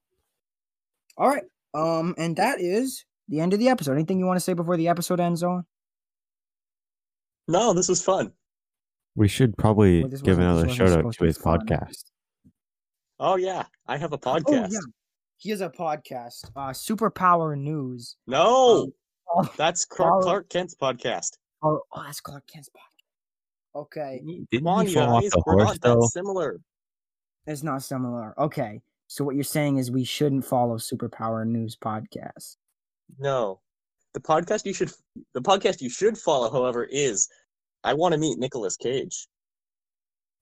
Speaker 2: All right. Um, and that is the end of the episode. Anything you want to say before the episode ends, Owen?
Speaker 5: No, this was fun.
Speaker 3: We should probably
Speaker 2: Well, this
Speaker 3: give
Speaker 2: wasn't- this
Speaker 3: another
Speaker 2: wasn't
Speaker 3: shout out
Speaker 2: supposed to
Speaker 3: to
Speaker 2: be
Speaker 3: his
Speaker 2: fun.
Speaker 3: podcast.
Speaker 5: Oh yeah, I have a
Speaker 2: Oh
Speaker 5: podcast.
Speaker 2: yeah, he has a podcast. Uh, Superpower News.
Speaker 5: No,
Speaker 2: Um, oh,
Speaker 5: that's Clark,
Speaker 2: follow-
Speaker 5: Clark Kent's podcast.
Speaker 2: oh, oh, that's Clark Kent's podcast. Okay,
Speaker 3: Didn't
Speaker 5: Come on,
Speaker 3: he
Speaker 5: you
Speaker 3: fall off
Speaker 5: guys,
Speaker 3: the
Speaker 5: we're
Speaker 3: horse
Speaker 5: not that
Speaker 3: though?
Speaker 5: similar.
Speaker 2: it's not similar. Okay, so what you're saying is we shouldn't follow Superpower News podcast.
Speaker 5: No, the podcast you should the podcast you should follow, however, is I want to meet Nicolas Cage.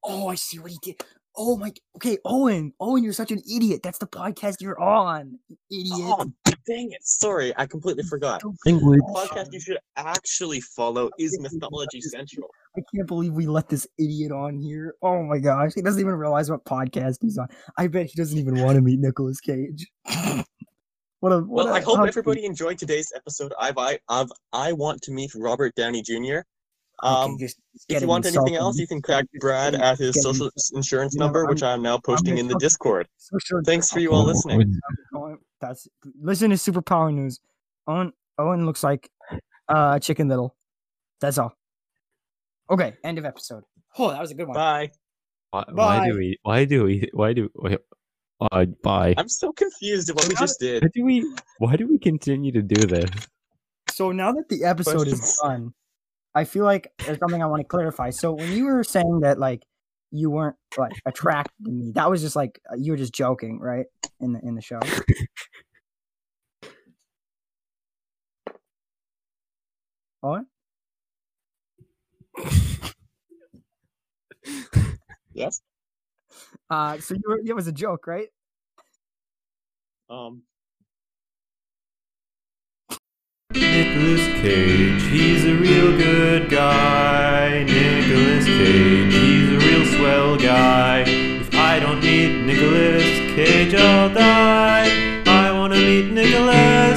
Speaker 2: Oh, I see what he did. Oh my. Okay, Owen. Owen, you're such an idiot. That's the podcast you're on. you Idiot.
Speaker 5: Oh dang it! Sorry, I completely forgot.
Speaker 2: Stupid.
Speaker 3: Language.
Speaker 5: Oh, The podcast you should actually follow is Mythology Central.
Speaker 2: I can't believe we let this idiot on here. Oh my gosh, he doesn't even realize what podcast he's on. I bet he doesn't even want to meet Nicolas Cage. *laughs* what a what
Speaker 5: Well, I
Speaker 2: a
Speaker 5: hope
Speaker 2: hunk-
Speaker 5: everybody enjoyed today's episode. I've I of I want to meet Robert Downey Jr.
Speaker 2: Okay,
Speaker 5: Um,
Speaker 2: just- just
Speaker 5: If you
Speaker 2: getting
Speaker 5: want anything
Speaker 2: insulting.
Speaker 5: else, you can
Speaker 2: *laughs*
Speaker 5: contact
Speaker 2: Just
Speaker 5: Brad
Speaker 2: getting-
Speaker 5: at his
Speaker 2: getting
Speaker 5: social
Speaker 2: insulting.
Speaker 5: insurance
Speaker 2: You know,
Speaker 5: number, which
Speaker 2: I'm-
Speaker 5: I'm now posting
Speaker 2: gonna
Speaker 5: in the
Speaker 2: talk-
Speaker 5: Discord.
Speaker 2: Social
Speaker 5: Thanks for you all listening.
Speaker 2: Owen- That's listen to superpower news. Owen Owen looks like uh chicken little. That's all. Okay, end of episode. Oh, that was a good one.
Speaker 5: Bye.
Speaker 3: *laughs* Why, why
Speaker 2: Bye.
Speaker 3: do we? Why do we? Why do? we- Uh, bye.
Speaker 5: I'm so confused at what we
Speaker 2: Now
Speaker 5: just did.
Speaker 3: Why do we? Why do we continue to do this?
Speaker 2: So now that the episode is
Speaker 5: Questions?
Speaker 2: done, I feel like there's something I want to clarify. So when you were saying that like you weren't like attracted to me, that was just like uh, you were just joking, right? In the in the show. Owen?
Speaker 5: Yes.
Speaker 2: Uh so you were it was a joke, right?
Speaker 5: Um.
Speaker 1: Nicholas Cage, he's a real good guy. Nicholas Cage, he's a real swell guy. If I don't meet Nicholas Cage, I'll die. I wanna meet Nicholas